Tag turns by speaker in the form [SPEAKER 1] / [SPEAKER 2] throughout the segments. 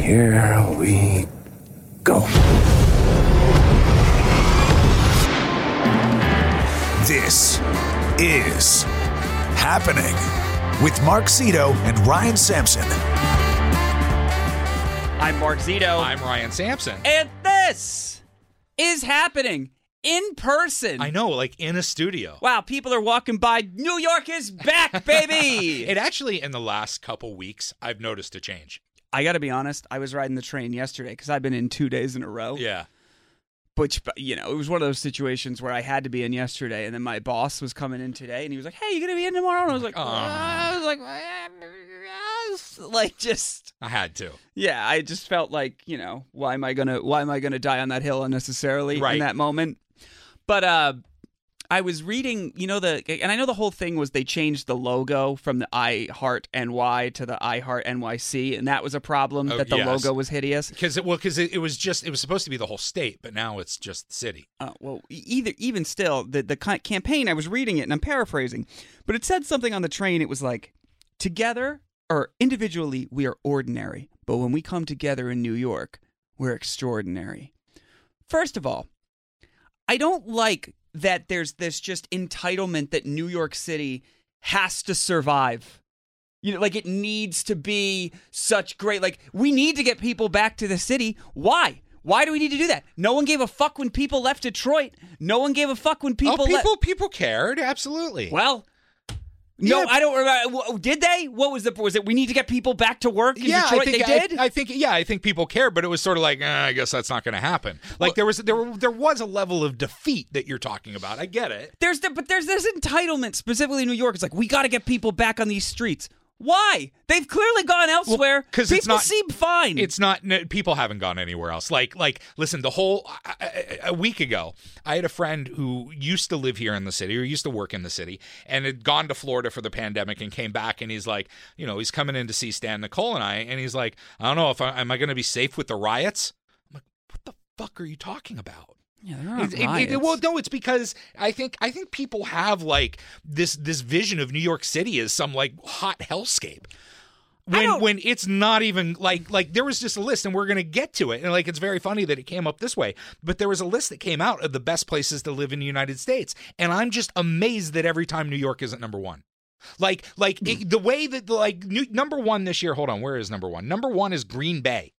[SPEAKER 1] Here we go.
[SPEAKER 2] This is happening with Mark Zito and Ryan Sampson.
[SPEAKER 3] I'm Mark Zito.
[SPEAKER 4] I'm Ryan Sampson.
[SPEAKER 3] and this is happening in person.
[SPEAKER 4] I know, like in a studio.
[SPEAKER 3] Wow, people are walking by. New York is back, baby.
[SPEAKER 4] It actually, in the last couple weeks, I've noticed a change.
[SPEAKER 3] I got to be honest, I was riding the train yesterday because I've been in two days in a row.
[SPEAKER 4] Yeah.
[SPEAKER 3] Which, but, you know, it was one of those situations where I had to be in yesterday, and then my boss was coming in today, and he was like, "Hey, you gonna be in tomorrow?" And I was like,
[SPEAKER 4] Oh.
[SPEAKER 3] "Ah," I was like, "Ah," like just
[SPEAKER 4] I had to.
[SPEAKER 3] yeah, I just felt like, you know, why am I gonna why am I gonna die on that hill unnecessarily in
[SPEAKER 4] Right.
[SPEAKER 3] that moment? But uh I was reading, you know, the and I know the whole thing was they changed the logo from the I Heart NY to the I Heart NYC, and that was a problem
[SPEAKER 4] Oh,
[SPEAKER 3] that the
[SPEAKER 4] yes.
[SPEAKER 3] logo was hideous.
[SPEAKER 4] Because it, well, 'cause it, it was just, it was supposed to be the whole state, but now it's just the city.
[SPEAKER 3] uh, well, e- either even still, the the ki- campaign. I was reading it, and I'm paraphrasing, but it said something on the train. It was like, together or individually, we are ordinary, but when we come together in New York, we're extraordinary. First of all, I don't like that there's this just entitlement that New York City has to survive. You know, like it needs to be such great. Like we need to get people back to the city. Why? Why do we need to do that? No one gave a fuck when people left Detroit. No one gave a fuck when people.
[SPEAKER 4] oh,
[SPEAKER 3] le-
[SPEAKER 4] people, people cared. Absolutely.
[SPEAKER 3] well. No,
[SPEAKER 4] Yeah.
[SPEAKER 3] I don't remember. w- Did they? What was the? Was it? We need to get people back to work in
[SPEAKER 4] yeah,
[SPEAKER 3] Detroit.
[SPEAKER 4] I think
[SPEAKER 3] they
[SPEAKER 4] I-
[SPEAKER 3] did.
[SPEAKER 4] I, think yeah, I think people cared, but it was sort of like eh, I guess that's not going to happen. Like there was there were- there was a level of defeat that you're talking about. I get it.
[SPEAKER 3] There's the, but there's this entitlement specifically in New York. It's like we got to get people back on these streets. Why? They've clearly gone elsewhere.
[SPEAKER 4] 'cause
[SPEAKER 3] people
[SPEAKER 4] it's not-
[SPEAKER 3] seem fine.
[SPEAKER 4] It's not no, people haven't gone anywhere else. Like like listen, the whole I- I- a week ago, I had a friend who used to live here in the city or used to work in the city and had gone to Florida for the pandemic and came back and he's like, you know, he's coming in to see Stan Nicole and I and he's like, I don't know if I am I going to be safe with the riots? I'm like, what the fuck are you talking about?
[SPEAKER 3] yeah, they're not
[SPEAKER 4] It- it- it-
[SPEAKER 3] riots.
[SPEAKER 4] well, no, it's because I think I think people have like this this vision of New York City as some like hot hellscape. When
[SPEAKER 3] don't-
[SPEAKER 4] when it's not even like like there was just a list and we're gonna get to it and like it's very funny that it came up this way but there was a list that came out of the best places to live in the United States and I'm just amazed that every time New York isn't number one like like it, the way that like new, number one this year hold on where is number one number one is Green Bay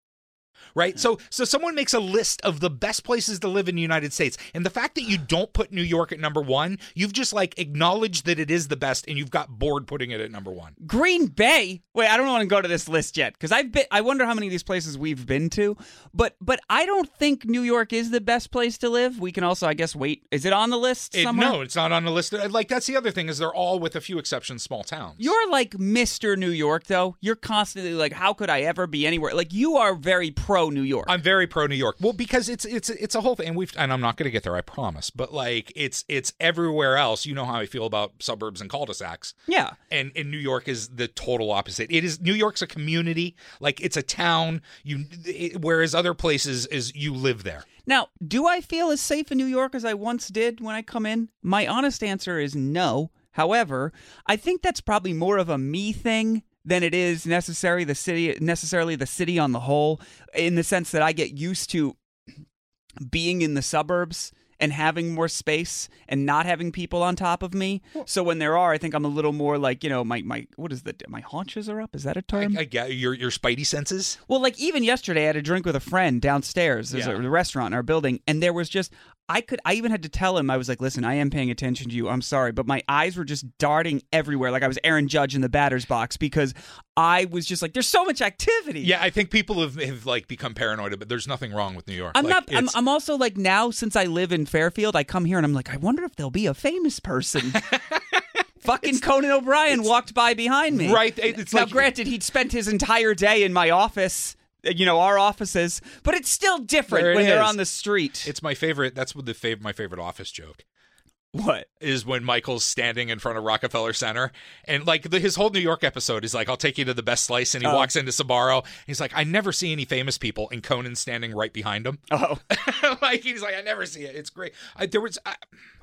[SPEAKER 4] right? So so someone makes a list of the best places to live in the United States. And the fact that you don't put New York at number 1, you've just like acknowledged that it is the best and you've got bored putting it at number 1.
[SPEAKER 3] Green Bay. Wait, I don't want to go to this list yet because I've been. I wonder how many of these places we've been to, but but I don't think New York is the best place to live. We can also, I guess, wait. Is it on the list
[SPEAKER 4] It-
[SPEAKER 3] somewhere?
[SPEAKER 4] no, it's not on the list. Uh, Like that's the other thing is they're all with a few exceptions small towns.
[SPEAKER 3] You're like Mr. New York, though. You're constantly like, how could I ever be anywhere? Like you are very pro New York.
[SPEAKER 4] I'm very pro New York. Well, because it's it's it's a whole thing, and we've and I'm not going to get there, I promise. But like it's it's everywhere else. You know how I feel about suburbs and cul-de-sacs.
[SPEAKER 3] yeah.
[SPEAKER 4] and and New York is the total opposite. It is New York's a community, like it's a town. You it, whereas other places is you live there.
[SPEAKER 3] Now, do I feel as safe in New York as I once did when I come in? My honest answer is no. However, I think that's probably more of a me thing than it is necessary the city necessarily the city on the whole in the sense that I get used to being in the suburbs and having more space and not having people on top of me. So when there are, I think I'm a little more like, you know, my my what is the my haunches are up? Is that a
[SPEAKER 4] I,
[SPEAKER 3] term?
[SPEAKER 4] I get your your spidey senses.
[SPEAKER 3] Well, like even yesterday, I had a drink with a friend downstairs. There's
[SPEAKER 4] Yeah.
[SPEAKER 3] a restaurant in our building, and there was just I could I even had to tell him I was like, "Listen, I am paying attention to you. I'm sorry, but my eyes were just darting everywhere, like I was Aaron Judge in the batter's box because I was just like, there's so much activity.
[SPEAKER 4] Yeah, I think people have, have like become paranoid, but there's nothing wrong with New York.
[SPEAKER 3] I'm
[SPEAKER 4] Like,
[SPEAKER 3] not. I'm,
[SPEAKER 4] it's-
[SPEAKER 3] I'm also like now since I live in Fairfield, I come here and I'm like, I wonder if there'll be a famous person. Fucking Conan O'Brien walked by behind me.
[SPEAKER 4] Right, it- it's
[SPEAKER 3] now,
[SPEAKER 4] like-
[SPEAKER 3] granted, he'd spent his entire day in my office, you know, our offices, but it's still different
[SPEAKER 4] There it
[SPEAKER 3] when they're
[SPEAKER 4] is.
[SPEAKER 3] on the street.
[SPEAKER 4] It's my favorite. That's what the fav- my favorite office joke.
[SPEAKER 3] What?
[SPEAKER 4] is when Michael's standing in front of Rockefeller Center, and like the, his whole New York episode is like, "I'll take you to the best slice," and he
[SPEAKER 3] Oh.
[SPEAKER 4] walks into Sabaro. And he's like, "I never see any famous people," and Conan's standing right behind him.
[SPEAKER 3] Oh,
[SPEAKER 4] like he's like, "I never see it. It's great." I, there was, I,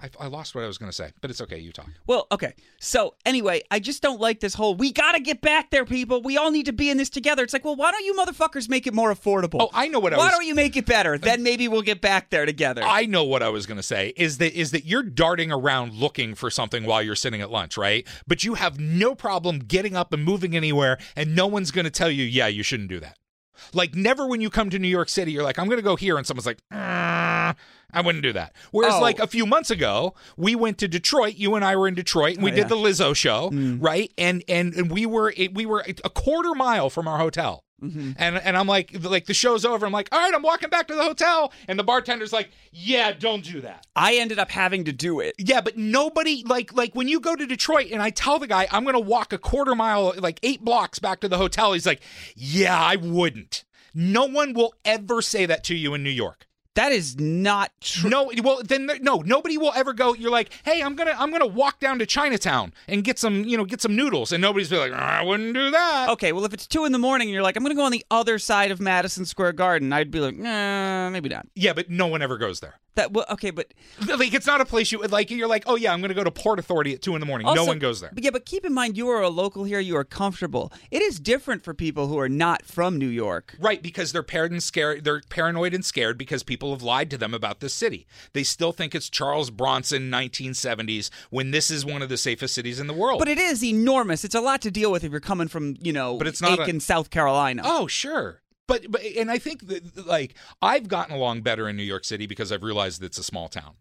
[SPEAKER 4] I, I lost what I was going to say, but it's okay. You talk.
[SPEAKER 3] well, okay. So anyway, I just don't like this whole. We gotta get back there, people. We all need to be in this together. It's like, well, why don't you motherfuckers make it more affordable?
[SPEAKER 4] Oh, I know what I
[SPEAKER 3] Why
[SPEAKER 4] was-
[SPEAKER 3] don't you make it better? Then maybe we'll get back there together.
[SPEAKER 4] I know what I was going to say is that is that you're darting around looking for something while you're sitting at lunch, right? But you have no problem getting up and moving anywhere, and no one's going to tell you, yeah, you shouldn't do that. Like never when you come to New York City, you're like, I'm going to go here, and someone's like, "Mm, I wouldn't do that. Whereas
[SPEAKER 3] Oh.
[SPEAKER 4] like a few months ago, we went to Detroit. You and I were in Detroit, and we
[SPEAKER 3] Oh, yeah. Mm.
[SPEAKER 4] did the Lizzo show, right? And and and we were it, we were a quarter mile from our hotel.
[SPEAKER 3] Mm-hmm.
[SPEAKER 4] And and I'm like like the show's over. I'm like, all right, I'm walking back to the hotel, and the bartender's like, yeah, don't do that.
[SPEAKER 3] I ended up having to do it.
[SPEAKER 4] Yeah, but nobody like like when you go to Detroit and I tell the guy I'm going to walk a quarter mile like 8 blocks back to the hotel, he's like, "Yeah, I wouldn't." No one will ever say that to you in New York.
[SPEAKER 3] That is not true.
[SPEAKER 4] No, well then there- no, nobody will ever go you're like, "Hey, I'm going to I'm going to walk down to Chinatown and get some, you know, get some noodles." And nobody's be like, "Ah, "I wouldn't do that."
[SPEAKER 3] Okay, well, if it's two in the morning and you're like, I'm going to go on the other side of Madison Square Garden, I'd be like, nah, maybe not.
[SPEAKER 4] Yeah, but no one ever goes there.
[SPEAKER 3] That well, okay, but
[SPEAKER 4] Like it's not a place you like you're like, "Oh yeah, I'm going to go to Port Authority at 2 in the morning."
[SPEAKER 3] also-
[SPEAKER 4] no one goes there.
[SPEAKER 3] But yeah, but keep in mind, you are a local here. You are comfortable. It is different for people who are not from New York.
[SPEAKER 4] Right, because they're paranoid and scared. They're paranoid and scared because people have lied to them about this city. They still think it's Charles Bronson, 1970s, when this is one of the safest cities in the world.
[SPEAKER 3] But it is enormous. It's a lot to deal with if you're coming from, you know,
[SPEAKER 4] But it's not a-
[SPEAKER 3] Aiken, South Carolina.
[SPEAKER 4] oh, sure. But, but and I think that like I've gotten along better in New York City because I've realized that it's a small town.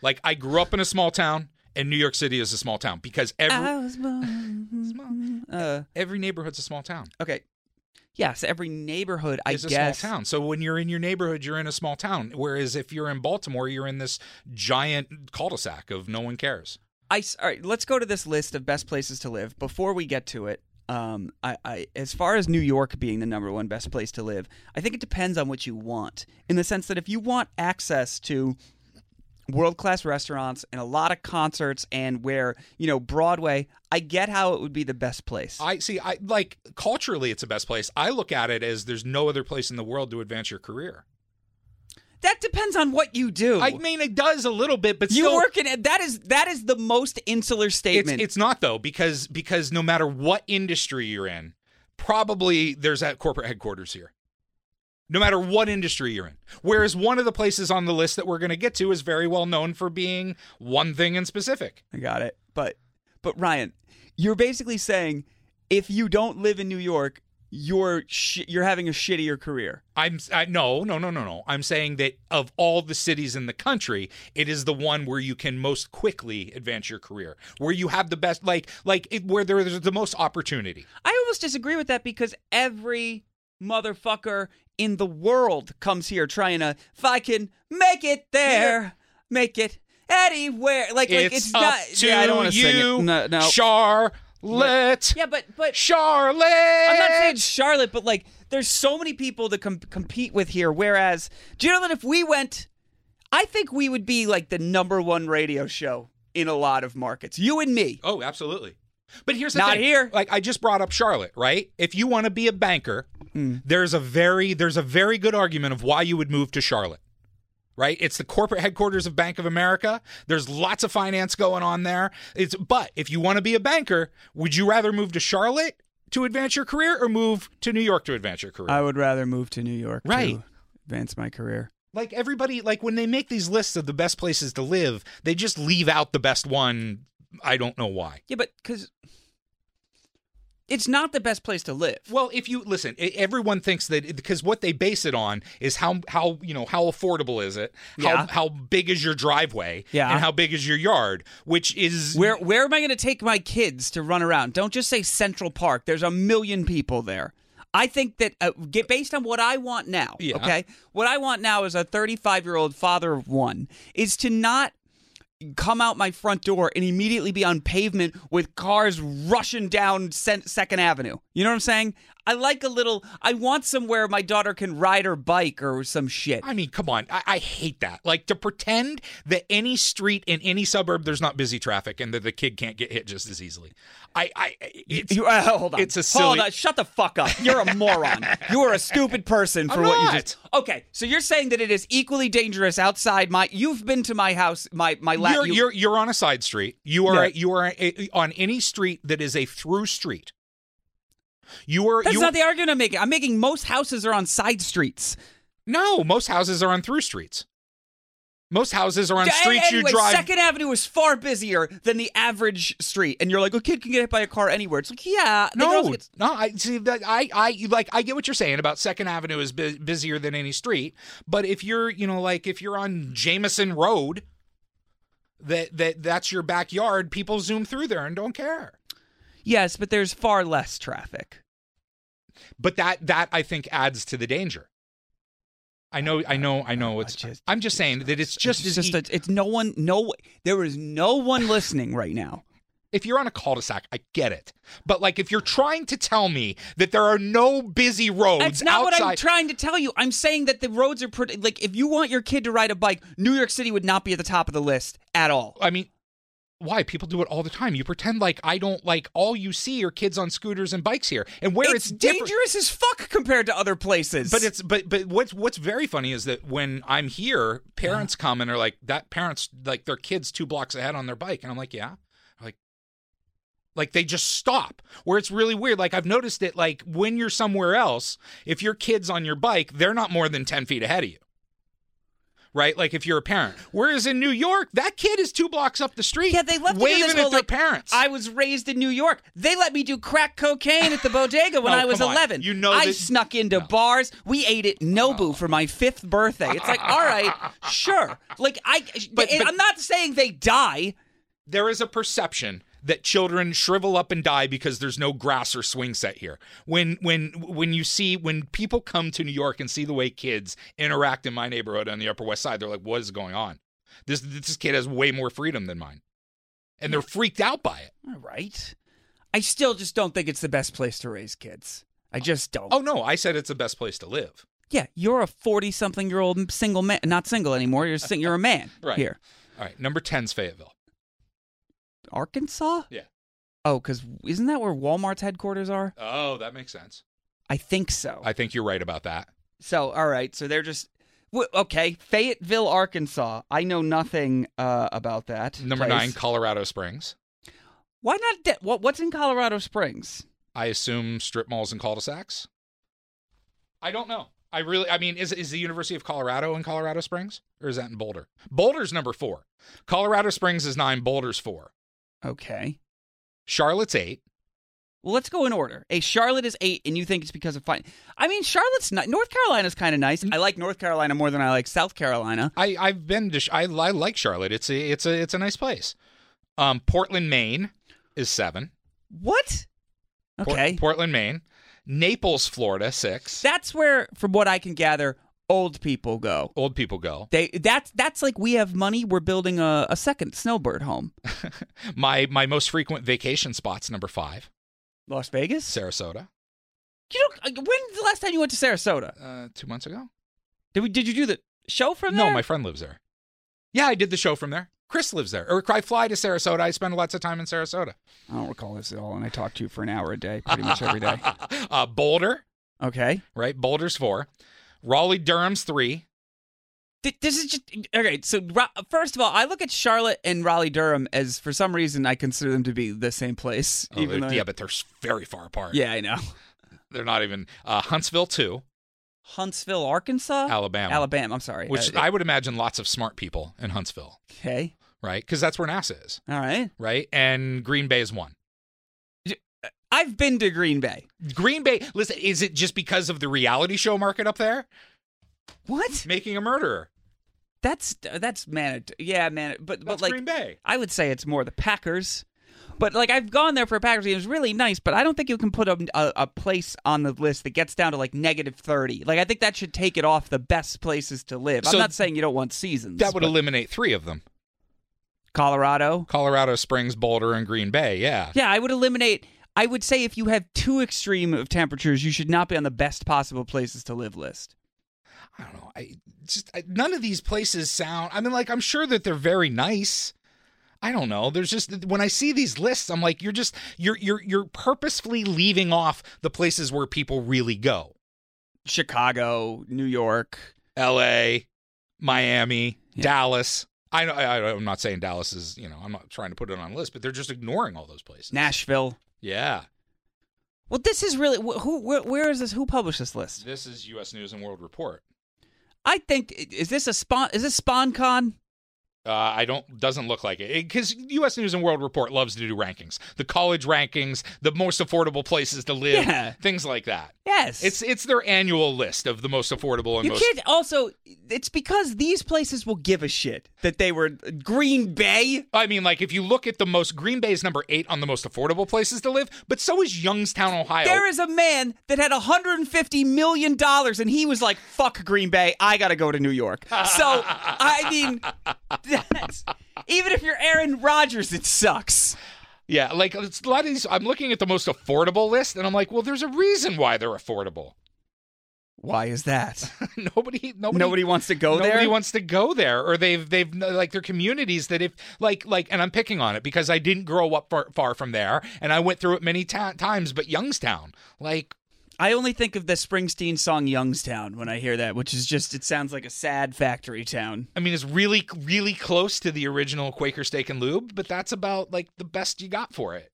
[SPEAKER 4] Like I grew up in a small town, and New York City is a small town because every
[SPEAKER 3] I was born- uh,
[SPEAKER 4] every neighborhood's a small town.
[SPEAKER 3] okay. Yes, every neighborhood, I
[SPEAKER 4] It's a
[SPEAKER 3] guess.
[SPEAKER 4] small town. So when you're in your neighborhood, you're in a small town. Whereas if you're in Baltimore, you're in this giant cul-de-sac of no one cares.
[SPEAKER 3] I s- all right. Let's go to this list of best places to live before we get to it. Um, I, I as far as New York being the number one best place to live, I think it depends on what you want. In the sense that if you want access to world class restaurants and a lot of concerts and where you know Broadway, I get how it would be the best place.
[SPEAKER 4] I see. I like culturally, it's the best place. I look at it as there's no other place in the world to advance your career.
[SPEAKER 3] that depends on what you do.
[SPEAKER 4] I mean, it does a little bit, but
[SPEAKER 3] you
[SPEAKER 4] still,
[SPEAKER 3] work in that is that is the most insular
[SPEAKER 4] it's
[SPEAKER 3] statement.
[SPEAKER 4] it's not though because because no matter what industry you're in, probably there's at corporate headquarters here. No matter what industry you're in. Whereas one of the places on the list that we're going to get to is very well known for being one thing in specific.
[SPEAKER 3] I got it. But but Ryan, you're basically saying if you don't live in New York, you're sh- you're having a shittier career.
[SPEAKER 4] I'm I, no, no, no, no, no. I'm saying that of all the cities in the country, it is the one where you can most quickly advance your career, where you have the best, like, like it, where there is the most opportunity.
[SPEAKER 3] I almost disagree with that because every motherfucker in the world comes here trying to if I can make it there, make it anywhere. Like like
[SPEAKER 4] it's,
[SPEAKER 3] it's,
[SPEAKER 4] up
[SPEAKER 3] not
[SPEAKER 4] to
[SPEAKER 3] yeah, I don't
[SPEAKER 4] you,
[SPEAKER 3] wanna sing it. No, no.
[SPEAKER 4] Charlotte.
[SPEAKER 3] yeah, but but
[SPEAKER 4] Charlotte.
[SPEAKER 3] I'm not saying Charlotte, but like there's so many people to com- compete with here. Whereas, do you know that if we went, I think we would be like the number one radio show in a lot of markets. You and me.
[SPEAKER 4] Oh, absolutely. But here's the
[SPEAKER 3] Not
[SPEAKER 4] thing.
[SPEAKER 3] here.
[SPEAKER 4] Like I just brought up Charlotte, right? If you want to be a banker,
[SPEAKER 3] Hmm.
[SPEAKER 4] there's a very there's a very good argument of why you would move to Charlotte. Right? It's the corporate headquarters of Bank of America. There's lots of finance going on there. It's but if you want to be a banker, would you rather move to Charlotte to advance your career or move to New York to advance your career?
[SPEAKER 3] would rather move to New York
[SPEAKER 4] to Right.
[SPEAKER 3] advance my career.
[SPEAKER 4] like everybody like when they make these lists of the best places to live, they just leave out the best one. I don't know why.
[SPEAKER 3] Yeah, but because it's not the best place to live.
[SPEAKER 4] Well, if you listen, e- everyone thinks that because what they base it on is how how you know how affordable is it, how
[SPEAKER 3] Yeah.
[SPEAKER 4] how big is your driveway,
[SPEAKER 3] Yeah.
[SPEAKER 4] and how big is your yard, which is
[SPEAKER 3] Where where am I going to take my kids to run around? Don't just say Central Park. There's a million people there. I think that uh, get based on what I want now.
[SPEAKER 4] Yeah.
[SPEAKER 3] Okay, what I want now as a 35 year old father of one is to not come out my front door and immediately be on pavement with cars rushing down Sen- Second Avenue. You know what I'm saying? I like a little. I want somewhere my daughter can ride her bike or some shit.
[SPEAKER 4] I mean, come on. I, I hate that. Like to pretend that any street in any suburb there's not busy traffic and that the kid can't get hit just as easily. I, I, it's,
[SPEAKER 3] You- uh, hold on.
[SPEAKER 4] It's a
[SPEAKER 3] Hold
[SPEAKER 4] silly-
[SPEAKER 3] on. Shut the fuck up. You're a moron. You are a stupid person for
[SPEAKER 4] I'm
[SPEAKER 3] what you
[SPEAKER 4] not.
[SPEAKER 3] just. Okay, so you're saying that it is equally dangerous outside my. You've been to my house, my my la-
[SPEAKER 4] you're,
[SPEAKER 3] you-
[SPEAKER 4] you're you're on a side street. You are
[SPEAKER 3] Yeah.
[SPEAKER 4] you are a, on any street that is a through street. You are
[SPEAKER 3] That's
[SPEAKER 4] you
[SPEAKER 3] not the argument I'm making. I'm making most houses are on side streets.
[SPEAKER 4] no. Most houses are on through streets. Most houses are on
[SPEAKER 3] Yeah,
[SPEAKER 4] streets
[SPEAKER 3] anyway,
[SPEAKER 4] you drive.
[SPEAKER 3] Second Avenue is far busier than the average street, and you're like, a kid can get hit by a car anywhere. It's like, yeah, they can also
[SPEAKER 4] no,
[SPEAKER 3] get-
[SPEAKER 4] no. I see that. I, I, you- like, I get what you're saying about Second Avenue is bu- busier than any street. But if you're, you know, like if you're on Jameson Road, that that that's your backyard. People zoom through there and don't care.
[SPEAKER 3] yes, but there's far less traffic.
[SPEAKER 4] but that that I think adds to the danger. I know, I know, I know. It's
[SPEAKER 3] just-
[SPEAKER 4] I'm just saying that it's just
[SPEAKER 3] it's
[SPEAKER 4] as
[SPEAKER 3] just
[SPEAKER 4] e-
[SPEAKER 3] a, it's no one, no, there is no one listening right now.
[SPEAKER 4] if you're on a cul-de-sac, I get it. But like, if you're trying to tell me that there are no busy roads
[SPEAKER 3] That's not
[SPEAKER 4] outside,
[SPEAKER 3] what I'm trying to tell you. I'm saying that the roads are pretty. Like, if you want your kid to ride a bike, New York City would not be at the top of the list at all.
[SPEAKER 4] I mean, why people do it all the time? You pretend like I don't like all you see are kids on scooters and bikes here, and where
[SPEAKER 3] it's
[SPEAKER 4] it's, different.
[SPEAKER 3] dangerous as fuck compared to other places.
[SPEAKER 4] But it's but but what's what's very funny is that when I'm here, parents come and are like that parents like their kids two blocks ahead on their bike, and I'm like, yeah, like like they just stop. Where it's really weird. Like I've noticed it. Like when you're somewhere else, if your kids on your bike, they're not more than ten feet ahead of you. Right, like if you're a parent. Whereas in New York, that kid is two blocks up the street.
[SPEAKER 3] yeah, they left
[SPEAKER 4] waving
[SPEAKER 3] me this
[SPEAKER 4] at
[SPEAKER 3] whole,
[SPEAKER 4] their
[SPEAKER 3] like,
[SPEAKER 4] parents.
[SPEAKER 3] I was raised in New York. They let me do crack cocaine at the bodega when
[SPEAKER 4] No,
[SPEAKER 3] I was
[SPEAKER 4] come on.
[SPEAKER 3] 11.
[SPEAKER 4] You know
[SPEAKER 3] I
[SPEAKER 4] that-
[SPEAKER 3] snuck into bars. We ate at Nobu for my fifth birthday. It's like, all right, sure. Like I,
[SPEAKER 4] But-
[SPEAKER 3] and
[SPEAKER 4] but-
[SPEAKER 3] I'm not saying they die.
[SPEAKER 4] there is a perception that children shrivel up and die because there's no grass or swing set here. When when when you see when people come to New York and see the way kids interact in my neighborhood on the Upper West Side, they're like, "What is going on? This this kid has way more freedom than mine," and they're freaked out by it.
[SPEAKER 3] All right. I still just don't think it's the best place to raise kids. I just don't.
[SPEAKER 4] Oh no, I said it's the best place to live.
[SPEAKER 3] yeah, you're a forty-something-year-old single man, not single anymore. You're a sing- you're a man
[SPEAKER 4] Right.
[SPEAKER 3] here,
[SPEAKER 4] All right, number 10's Fayetteville.
[SPEAKER 3] Arkansas.
[SPEAKER 4] Yeah.
[SPEAKER 3] Oh, because isn't that where Walmart's headquarters are?
[SPEAKER 4] Oh, that makes sense.
[SPEAKER 3] I think so.
[SPEAKER 4] I think you're right about that.
[SPEAKER 3] So, all right. So they're just w- okay. Fayetteville, Arkansas. I know nothing uh, about that.
[SPEAKER 4] Number
[SPEAKER 3] place.
[SPEAKER 4] 9, Colorado Springs.
[SPEAKER 3] Why not? De- what, what's in Colorado Springs?
[SPEAKER 4] I assume strip malls and cul-de-sacs. I don't know. I really, I mean, is is the University of Colorado in Colorado Springs or is that in Boulder? Boulder's number four. Colorado Springs is nine. Boulder's four.
[SPEAKER 3] Okay.
[SPEAKER 4] Charlotte's eight.
[SPEAKER 3] Well, let's go in order. A Charlotte is eight, and you think it's because of fine. I mean, Charlotte's not. North Carolina's kind of nice. I like North Carolina more than I like South Carolina.
[SPEAKER 4] I I've been to. Sh- I, I like Charlotte. It's a it's a it's a nice place. Um, Portland, Maine is seven.
[SPEAKER 3] What?
[SPEAKER 4] Por-
[SPEAKER 3] Okay.
[SPEAKER 4] Portland, Maine. Naples, Florida, six.
[SPEAKER 3] That's where, from what I can gather, old people go.
[SPEAKER 4] Old people go.
[SPEAKER 3] They that's that's like we have money. We're building a, a second snowbird home.
[SPEAKER 4] My my most frequent vacation spots number five.
[SPEAKER 3] Las Vegas.
[SPEAKER 4] Sarasota.
[SPEAKER 3] You don't, uh, when's the last time you went to Sarasota?
[SPEAKER 4] Uh, two months ago.
[SPEAKER 3] Did we? Did you do the show from
[SPEAKER 4] no,
[SPEAKER 3] there?
[SPEAKER 4] my friend lives there. Yeah, I did the show from there. Chris lives there. Or I fly to Sarasota. I spend lots of time in Sarasota.
[SPEAKER 3] I don't recall this at all, and I talk to you for an hour a day, pretty much every day.
[SPEAKER 4] Uh, Boulder,
[SPEAKER 3] Okay.
[SPEAKER 4] right? Boulder's four. Raleigh, Durham's three.
[SPEAKER 3] Th- This is just okay. So Ra- first of all, I look at Charlotte and Raleigh Durham as for some reason I consider them to be the same place.
[SPEAKER 4] Oh,
[SPEAKER 3] even
[SPEAKER 4] they're-
[SPEAKER 3] though,
[SPEAKER 4] yeah, but they're s- very far apart.
[SPEAKER 3] yeah, I know.
[SPEAKER 4] They're not even. Uh, Huntsville, two.
[SPEAKER 3] Huntsville, Arkansas,
[SPEAKER 4] Alabama.
[SPEAKER 3] Alabama. I'm sorry.
[SPEAKER 4] Which
[SPEAKER 3] Uh,
[SPEAKER 4] I would imagine lots of smart people in Huntsville,
[SPEAKER 3] okay.
[SPEAKER 4] right? Because that's where NASA is,
[SPEAKER 3] All right. Uh,
[SPEAKER 4] right? And Green Bay is one.
[SPEAKER 3] I've been to Green Bay.
[SPEAKER 4] Green Bay, listen, is it just because of the reality show market up there?
[SPEAKER 3] What?
[SPEAKER 4] Making a murderer.
[SPEAKER 3] That's that's man. Yeah, man. But but
[SPEAKER 4] That's
[SPEAKER 3] like
[SPEAKER 4] Green Bay.
[SPEAKER 3] I would say it's more the Packers. But like I've gone there for a Packers game, it's really nice. But I don't think you can put a, a, a place on the list that gets down to like negative thirty. Like I think that should take it off the best places to live.
[SPEAKER 4] So
[SPEAKER 3] I'm not saying you don't want seasons.
[SPEAKER 4] That would
[SPEAKER 3] but
[SPEAKER 4] eliminate three of them.
[SPEAKER 3] Colorado.
[SPEAKER 4] Colorado Springs, Boulder, and Green Bay. Yeah.
[SPEAKER 3] Yeah, I would eliminate. I would say if you have too extreme of temperatures, you should not be on the best possible places to live list.
[SPEAKER 4] I don't know. I just I, none of these places sound. I mean, like I'm sure that they're very nice. I don't know. There's just when I see these lists, I'm like, you're just you're you're you're purposefully leaving off the places where people really go.
[SPEAKER 3] Chicago, New York.
[SPEAKER 4] L.A., Miami,
[SPEAKER 3] Yeah.
[SPEAKER 4] Dallas. I, I I- I'm not saying Dallas is you know I'm not trying to put it on a list, but they're just ignoring all those places.
[SPEAKER 3] Nashville.
[SPEAKER 4] Yeah.
[SPEAKER 3] Well, this is really wh- who. Where, where is this? Who published this list?
[SPEAKER 4] This is U.S. News and World Report.
[SPEAKER 3] I think is this a spawn? Is this SpawnCon?
[SPEAKER 4] Uh, I don't doesn't look like it because U.S. News and World Report loves to do rankings, the college rankings, the most affordable places to live,
[SPEAKER 3] Yeah.
[SPEAKER 4] things like that.
[SPEAKER 3] Yes.
[SPEAKER 4] It's it's their annual list of the most affordable and
[SPEAKER 3] you
[SPEAKER 4] most.
[SPEAKER 3] can't. Also, it's because these places will give a shit that they were Green Bay.
[SPEAKER 4] I mean, like if you look at the most, Green Bay is number eight on the most affordable places to live, but so is Youngstown, Ohio.
[SPEAKER 3] There is a man that had 150 million dollars, and he was like, "Fuck Green Bay, I gotta go to New York." So I mean, that's, even if you're Aaron Rodgers, it sucks.
[SPEAKER 4] yeah, like it's a lot of these. I'm looking at the most affordable list, and I'm like, well, there's a reason why they're affordable.
[SPEAKER 3] Why is that?
[SPEAKER 4] nobody, nobody,
[SPEAKER 3] Nobody wants to go
[SPEAKER 4] nobody
[SPEAKER 3] there?
[SPEAKER 4] wants to go there, or they've they've like their communities that if like like, and I'm picking on it because I didn't grow up far, far from there, and I went through it many ta- times. But Youngstown, like,
[SPEAKER 3] I only think of the Springsteen song "Youngstown" when I hear that, which is just it sounds like a sad factory town.
[SPEAKER 4] I mean, it's really really close to the original Quaker Steak and Lube, but that's about like the best you got for it.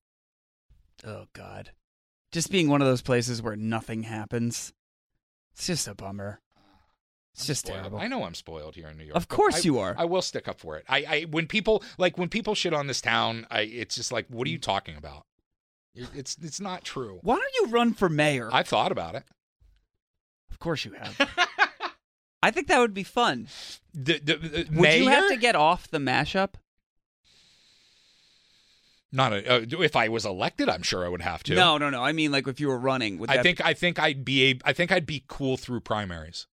[SPEAKER 3] Oh God, just being one of those places where nothing happens. It's just a bummer. It's just
[SPEAKER 4] Spoiled.
[SPEAKER 3] terrible.
[SPEAKER 4] I know I'm spoiled here in New York.
[SPEAKER 3] Of
[SPEAKER 4] but
[SPEAKER 3] course
[SPEAKER 4] I-
[SPEAKER 3] you are.
[SPEAKER 4] I will stick up for it. I, I when people like when people shit on this town, I it's just like, what are you talking about? It's it's not true.
[SPEAKER 3] Why don't you run for mayor?
[SPEAKER 4] I've thought about it.
[SPEAKER 3] of course you have. I think that would be fun.
[SPEAKER 4] The, the, the
[SPEAKER 3] Would you have
[SPEAKER 4] mayor?
[SPEAKER 3] to get off the mashup?
[SPEAKER 4] Not a, uh, if I was elected, I'm sure I would have to.
[SPEAKER 3] No, no, no. I mean, like if you were running. Would
[SPEAKER 4] I
[SPEAKER 3] that
[SPEAKER 4] think I think I'd be a, I think I'd be cool through primaries.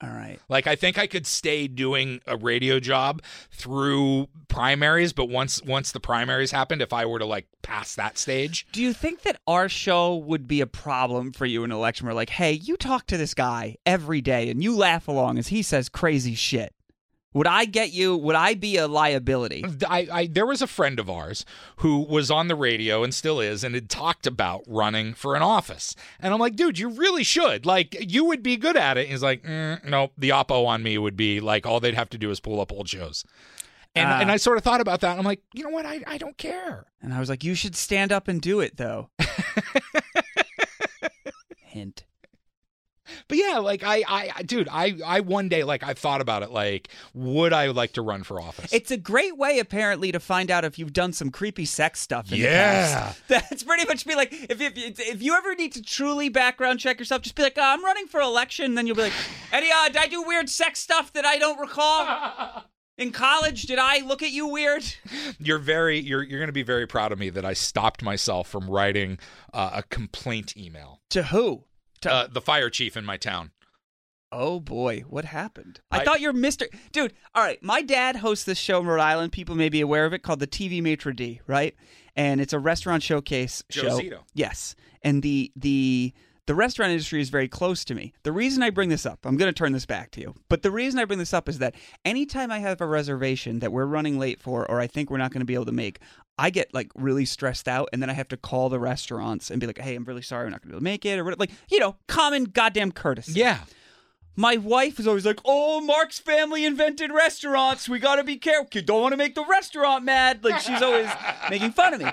[SPEAKER 3] Be- All right.
[SPEAKER 4] Like I think I could stay doing a radio job through primaries, but once once the primaries happened, if I were to like pass that stage,
[SPEAKER 3] Do you think that our show would be a problem for you in an election? Where like, hey, you talk to this guy every day and you laugh along as he says crazy shit. Would I get you? Would I be a liability?
[SPEAKER 4] I, I there was a friend of ours who was on the radio and still is, and had talked about running for an office, and I'm like, dude, you really should. Like you would be good at it. He's like, mm, nope, the oppo on me would be like all they'd have to do is pull up old shows. And,
[SPEAKER 3] Ah.
[SPEAKER 4] and I sort of thought about that. And I'm like, you know what? I, I don't care.
[SPEAKER 3] And I was like, you should stand up and do it though. Hint.
[SPEAKER 4] But yeah, like I, I, I- dude, I, I one day, like I've thought about it. Like, would I like to run for office?
[SPEAKER 3] It's a great way, apparently, to find out if you've done some creepy sex stuff. In
[SPEAKER 4] Yeah.
[SPEAKER 3] the past. that's pretty much be like if if if you ever need to truly background check yourself, just be like, "Uh, I'm running for election. then you'll be like, Eddie, uh, did I do weird sex stuff that I don't recall in college? Did I look at you weird?
[SPEAKER 4] you're very, you're, you're going to be very proud of me that I stopped myself from writing uh, a complaint email.
[SPEAKER 3] To who? To
[SPEAKER 4] Uh, the fire chief in my town.
[SPEAKER 3] Oh boy, what happened? I,
[SPEAKER 4] I-
[SPEAKER 3] thought you're Mr. Dude, all right, my dad hosts this show in Rhode Island. People may be aware of it called the TV Maitre D, right? And it's a restaurant showcase
[SPEAKER 4] Joe
[SPEAKER 3] show.
[SPEAKER 4] Zito.
[SPEAKER 3] Yes. And the the the restaurant industry is very close to me. The reason I bring this up, I'm going to turn this back to you. But the reason I bring this up is that anytime I have a reservation that we're running late for or I think we're not going to be able to make, I get like really stressed out and then I have to call the restaurants and be like, "Hey, I'm really sorry we're not going to be able to make it" or whatever. like, you know, common goddamn courtesy.
[SPEAKER 4] Yeah.
[SPEAKER 3] My wife is always like, "Oh, Mark's family invented restaurants. We gotta be careful. You don't want to make the restaurant mad." Like she's always making fun of me.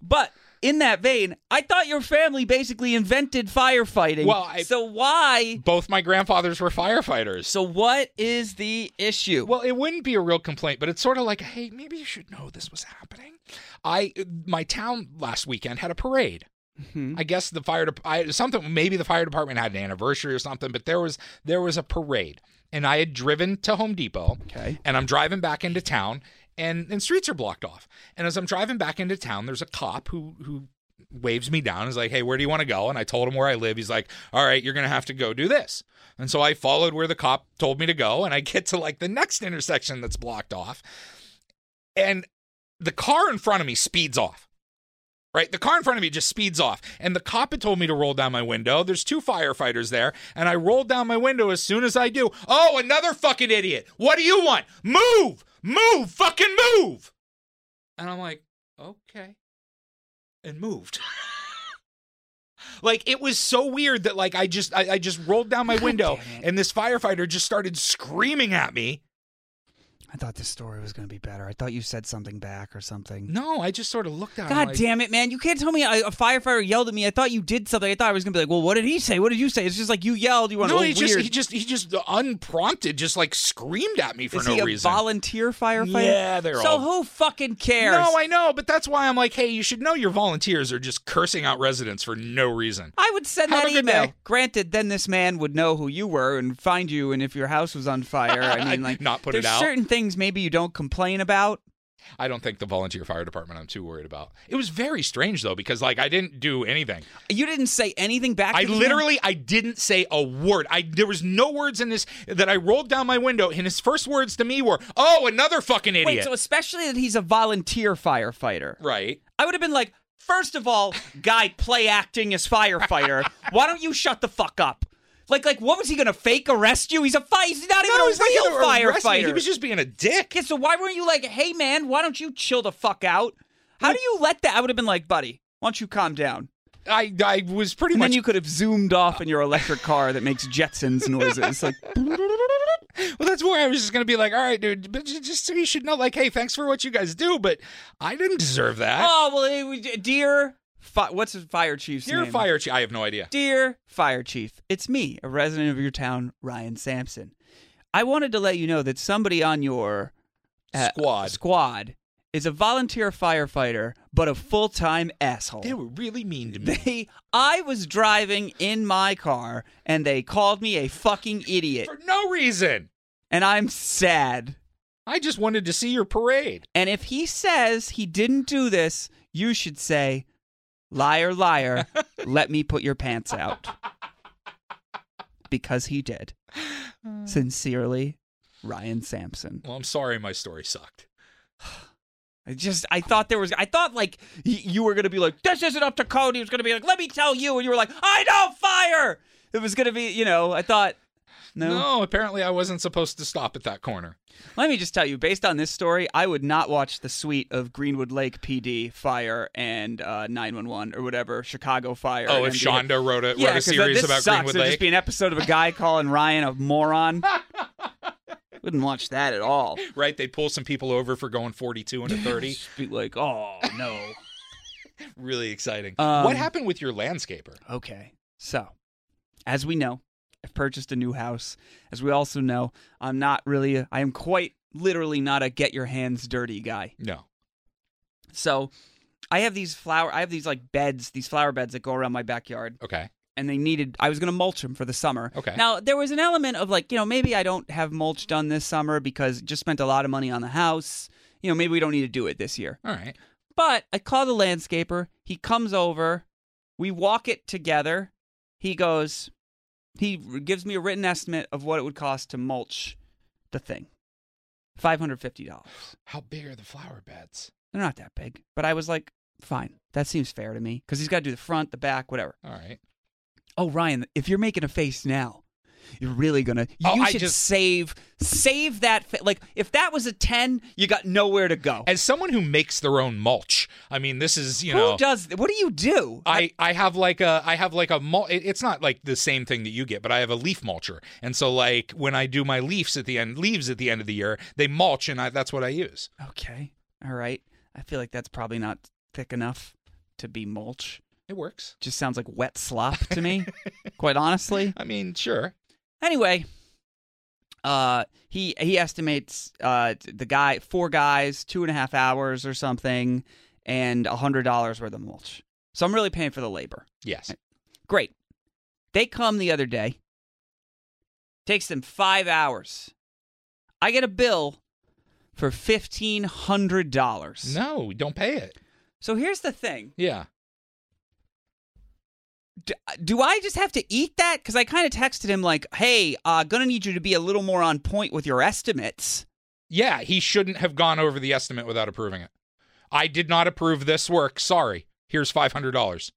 [SPEAKER 3] But in that vein, I thought your family basically invented firefighting.
[SPEAKER 4] Well, I-
[SPEAKER 3] so why?
[SPEAKER 4] Both my grandfathers were firefighters.
[SPEAKER 3] So what is the issue?
[SPEAKER 4] Well, it wouldn't be a real complaint, but it's sort of like, hey, maybe you should know this was happening. I my town last weekend had a parade. I guess the fire dep- I, something maybe the fire department had an anniversary or something, but there was there was a parade, and I had driven to Home Depot.
[SPEAKER 3] Okay.
[SPEAKER 4] and I'm driving back into town, and and streets are blocked off. And as I'm driving back into town, there's a cop who who waves me down. Is like, "Hey, where do you want to go?" And I told him where I live. He's like, "All right, you're gonna have to go do this." And so I followed where the cop told me to go, and I get to like the next intersection that's blocked off, and the car in front of me speeds off. Right, the car in front of me just speeds off, and the cop had told me to roll down my window. There's two firefighters there, and I rolled down my window as soon as I do. Oh, another fucking idiot! What do you want? Move, move, fucking move! And I'm like, okay, and moved. like it was so weird that like I just I, I just rolled down my window,
[SPEAKER 3] damn it.
[SPEAKER 4] and this firefighter just started screaming at me.
[SPEAKER 3] I thought this story was going to be better. I thought you said something back or something.
[SPEAKER 4] No, I just sort of looked at him.
[SPEAKER 3] God
[SPEAKER 4] like,
[SPEAKER 3] damn it, man. You can't tell me I, a firefighter yelled at me. I thought you did something. I thought I was going to be like, well, what did he say? What did you say? It's just like you yelled. You want
[SPEAKER 4] No,
[SPEAKER 3] to
[SPEAKER 4] he
[SPEAKER 3] weird.
[SPEAKER 4] just he just he just unprompted, just like screamed at me for
[SPEAKER 3] Is
[SPEAKER 4] no
[SPEAKER 3] he a
[SPEAKER 4] reason.
[SPEAKER 3] volunteer firefighter?
[SPEAKER 4] Yeah, they're
[SPEAKER 3] So
[SPEAKER 4] all-
[SPEAKER 3] who fucking cares?
[SPEAKER 4] no, I know, but that's why I'm like, hey, you should know your volunteers are just cursing out residents for no reason.
[SPEAKER 3] I would send
[SPEAKER 4] Have
[SPEAKER 3] that
[SPEAKER 4] a good
[SPEAKER 3] email.
[SPEAKER 4] day.
[SPEAKER 3] Granted, then this man would know who you were and find you, and if your house was on fire, I mean, like,
[SPEAKER 4] Not put it
[SPEAKER 3] there's
[SPEAKER 4] out.
[SPEAKER 3] certain things maybe you don't complain about.
[SPEAKER 4] I don't think the volunteer fire department I'm too worried about. It was very strange though, because like I didn't do anything.
[SPEAKER 3] You didn't say anything back.
[SPEAKER 4] I
[SPEAKER 3] to this man?
[SPEAKER 4] literally I didn't say a word. I there was no words in this that I rolled down my window, and his first words to me were, Oh, another fucking idiot.
[SPEAKER 3] wait. So especially that he's a volunteer firefighter.
[SPEAKER 4] right.
[SPEAKER 3] I would have been like, first of all, guy play acting as firefighter. Why don't you shut the fuck up? Like, like, what was he gonna fake arrest you? He's a fi- He's not even
[SPEAKER 4] No,
[SPEAKER 3] a
[SPEAKER 4] he's not
[SPEAKER 3] real
[SPEAKER 4] gonna arrest me.
[SPEAKER 3] firefighter.
[SPEAKER 4] He was just being a dick.
[SPEAKER 3] Yeah, so why weren't you like, hey man, why don't you chill the fuck out? How do you let that? I would have been like, buddy, why don't you calm down?
[SPEAKER 4] I I was pretty
[SPEAKER 3] And
[SPEAKER 4] much
[SPEAKER 3] then you could have zoomed off in your electric car that makes Jetsons noises. Like,
[SPEAKER 4] Well, that's where I was just gonna be like, all right, dude, but ju- just so you should know, like, hey, thanks for what you guys do, but I didn't deserve that.
[SPEAKER 3] oh well, eh, we- dear, fi- what's his fire chief's
[SPEAKER 4] You're
[SPEAKER 3] name?
[SPEAKER 4] a fire chief. I have no idea.
[SPEAKER 3] Dear Fire Chief, it's me, a resident of your town, Ryan Sampson. I wanted to let you know that somebody on your uh,
[SPEAKER 4] Squad.
[SPEAKER 3] squad is a volunteer firefighter, but a full time asshole.
[SPEAKER 4] They were really mean to me
[SPEAKER 3] They, I was driving in my car, and they called me a fucking idiot,
[SPEAKER 4] for no reason.
[SPEAKER 3] and I'm sad.
[SPEAKER 4] I just wanted to see your parade.
[SPEAKER 3] And if he says he didn't do this, you should say, "Liar, liar, let me put your pants out," because he did. Sincerely, Ryan Sampson.
[SPEAKER 4] Well, I'm sorry, my story sucked.
[SPEAKER 3] I just, I thought there was, I thought like y- you were gonna be like, "This isn't up to code." He was gonna be like, "Let me tell you," and you were like, "I don't fire." It was gonna be, you know, I thought.
[SPEAKER 4] apparently I wasn't supposed to stop at that corner.
[SPEAKER 3] Let me just tell you, based on this story, I would not watch the suite of Greenwood Lake PD fire and uh, 911 or whatever Chicago fire.
[SPEAKER 4] Oh,
[SPEAKER 3] and
[SPEAKER 4] if
[SPEAKER 3] MD.
[SPEAKER 4] Shonda wrote a
[SPEAKER 3] yeah,
[SPEAKER 4] wrote a
[SPEAKER 3] 'cause that-
[SPEAKER 4] series
[SPEAKER 3] this
[SPEAKER 4] about
[SPEAKER 3] sucks.
[SPEAKER 4] Greenwood
[SPEAKER 3] It'd
[SPEAKER 4] Lake,
[SPEAKER 3] just be an episode of a guy calling Ryan a moron. Wouldn't watch that at all.
[SPEAKER 4] right? They pull some people over for going 42 and a 30.
[SPEAKER 3] Just be like, oh no.
[SPEAKER 4] really exciting.
[SPEAKER 3] Um,
[SPEAKER 4] what happened with your landscaper?
[SPEAKER 3] Okay. So, as we know, I've purchased a new house. As we also know, I'm not really. a- I am quite literally not a get your hands dirty guy.
[SPEAKER 4] No.
[SPEAKER 3] So I have these flower I have these like beds, these flower beds that go around my backyard
[SPEAKER 4] Okay.
[SPEAKER 3] and they needed I was going to mulch them for the summer.
[SPEAKER 4] Okay.
[SPEAKER 3] Now, there was an element of like, you know, maybe I don't have mulch done this summer because just spent a lot of money on the house. You know, maybe we don't need to do it this year.
[SPEAKER 4] All right.
[SPEAKER 3] But I call the landscaper, he comes over, we walk it together. He goes he gives me a written estimate of what it would cost to mulch the thing. $550.
[SPEAKER 4] How big are the flower beds?
[SPEAKER 3] They're not that big. But I was like, fine, that seems fair to me because he's got to do the front, the back, whatever.
[SPEAKER 4] All right.
[SPEAKER 3] Oh, Ryan, if you're making a face now, you're really gonna.
[SPEAKER 4] Oh,
[SPEAKER 3] you
[SPEAKER 4] I
[SPEAKER 3] should
[SPEAKER 4] just-
[SPEAKER 3] save save that. Fa- like, if that was a ten, you got nowhere to go.
[SPEAKER 4] As someone who makes their own mulch, I mean, this is you
[SPEAKER 3] Who
[SPEAKER 4] know.
[SPEAKER 3] does? What do you do?
[SPEAKER 4] I, I have like a I have like a mul- it- it's not like the same thing that you get but I have a leaf mulcher and so like when I do my leaves at the end leaves at the end of the year they mulch and I, that's what I use
[SPEAKER 3] okay, all right. I feel like that's probably not thick enough to be mulch.
[SPEAKER 4] it works
[SPEAKER 3] Just sounds like wet slop to me. quite honestly.
[SPEAKER 4] I mean sure
[SPEAKER 3] Anyway, uh, he he estimates uh the guy four guys two and a half hours or something, and a hundred dollars worth of mulch. So I'm really paying for the labor.
[SPEAKER 4] yes
[SPEAKER 3] Great. They come the other day. Takes them five hours. I get a bill for fifteen hundred dollars.
[SPEAKER 4] no don't pay it
[SPEAKER 3] So here's the thing:
[SPEAKER 4] yeah
[SPEAKER 3] do, do I just have to eat that? Because I kind of texted him like, "Hey, uh, gonna need you to be a little more on point with your estimates."
[SPEAKER 4] yeah he shouldn't have gone over the estimate without approving it I did not approve this work sorry Here's five hundred dollars.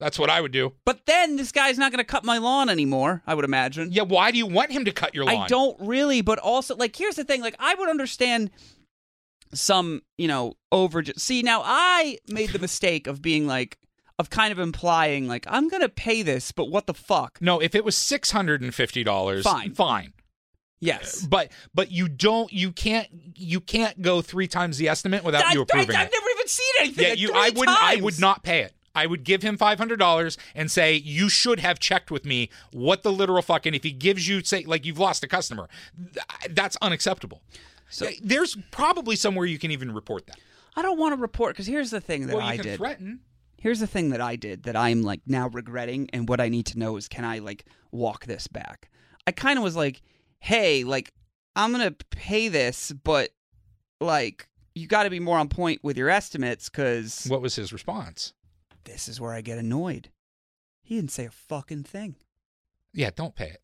[SPEAKER 4] That's what I would do.
[SPEAKER 3] But then this guy's not going to cut my lawn anymore, I would imagine.
[SPEAKER 4] Yeah, why do you want him to cut your lawn?
[SPEAKER 3] I don't really, but also like here's the thing, like I would understand some, you know, over See, now I made the mistake of being like of kind of implying like I'm going to pay this, but what the fuck?
[SPEAKER 4] No, if it was six hundred and fifty dollars,
[SPEAKER 3] Fine.
[SPEAKER 4] fine.
[SPEAKER 3] Yes.
[SPEAKER 4] But but you don't you can't you can't go three times the estimate without
[SPEAKER 3] I,
[SPEAKER 4] you approving
[SPEAKER 3] have
[SPEAKER 4] it.
[SPEAKER 3] never even seen anything.
[SPEAKER 4] yeah,
[SPEAKER 3] like,
[SPEAKER 4] you.
[SPEAKER 3] three
[SPEAKER 4] I wouldn't. I would
[SPEAKER 3] times.
[SPEAKER 4] not pay it. I would give him five hundred dollars and say you should have checked with me what the literal fuck. And if he gives you say like you've lost a customer, th- that's unacceptable. So there's probably somewhere you can even report that.
[SPEAKER 3] I don't want to report because here's the thing that
[SPEAKER 4] well, you
[SPEAKER 3] I
[SPEAKER 4] can
[SPEAKER 3] did.
[SPEAKER 4] threaten.
[SPEAKER 3] Here's the thing that I did that I'm like now regretting, and what I need to know is can I like walk this back? I kind of was like, hey, like I'm gonna pay this, but like you got to be more on point with your estimates because
[SPEAKER 4] What was his response?
[SPEAKER 3] this is where I get annoyed. He didn't say a fucking thing.
[SPEAKER 4] Yeah, don't pay it.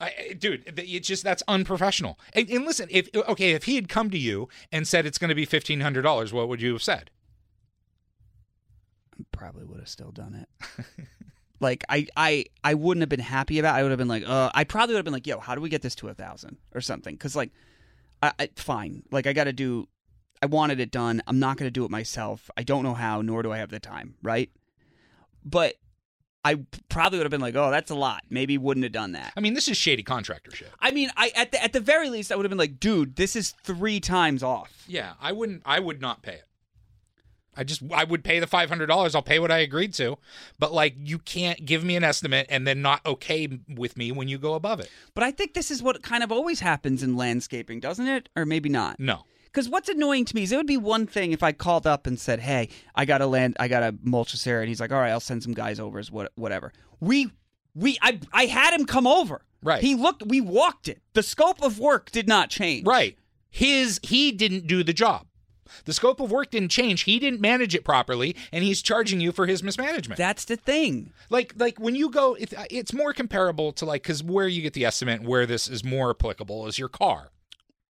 [SPEAKER 4] I, I- dude, th- it's just that's unprofessional. And, and listen, if okay, if he had come to you and said it's going to be fifteen hundred dollars, what would you have said?
[SPEAKER 3] Probably would have still done it. like I, I, I wouldn't have been happy about. It. I would have been like, uh, I probably would have been like, yo, how do we get this to a thousand or something? Because like, I, I fine. Like I got to do. I wanted it done. I'm not going to do it myself. I don't know how, nor do I have the time. Right. But I probably would have been like, oh, that's a lot. Maybe wouldn't have done that.
[SPEAKER 4] I mean, this is shady contractor shit.
[SPEAKER 3] I mean, I at the at the very least, I would have been like, dude, this is three times off.
[SPEAKER 4] Yeah, I wouldn't. I would not pay it. I just I would pay the five hundred dollars. I'll pay what I agreed to, but like you can't give me an estimate and then not okay with me when you go above it.
[SPEAKER 3] But I think this is what kind of always happens in landscaping, doesn't it? Or maybe not.
[SPEAKER 4] No,
[SPEAKER 3] Because what's annoying to me is it would be one thing if I called up and said, "Hey, I got a land, I got a mulch this area," and he's like, "All right, I'll send some guys over." Is what, whatever. We, we, I, I had him come over.
[SPEAKER 4] Right.
[SPEAKER 3] He looked. We walked it. The scope of work did not change.
[SPEAKER 4] right? His he didn't do the job. The scope of work didn't change. He didn't manage it properly, and he's charging you for his mismanagement.
[SPEAKER 3] That's the thing.
[SPEAKER 4] like like when you go it, it's more comparable to like because where you get the estimate and where this is more applicable is your car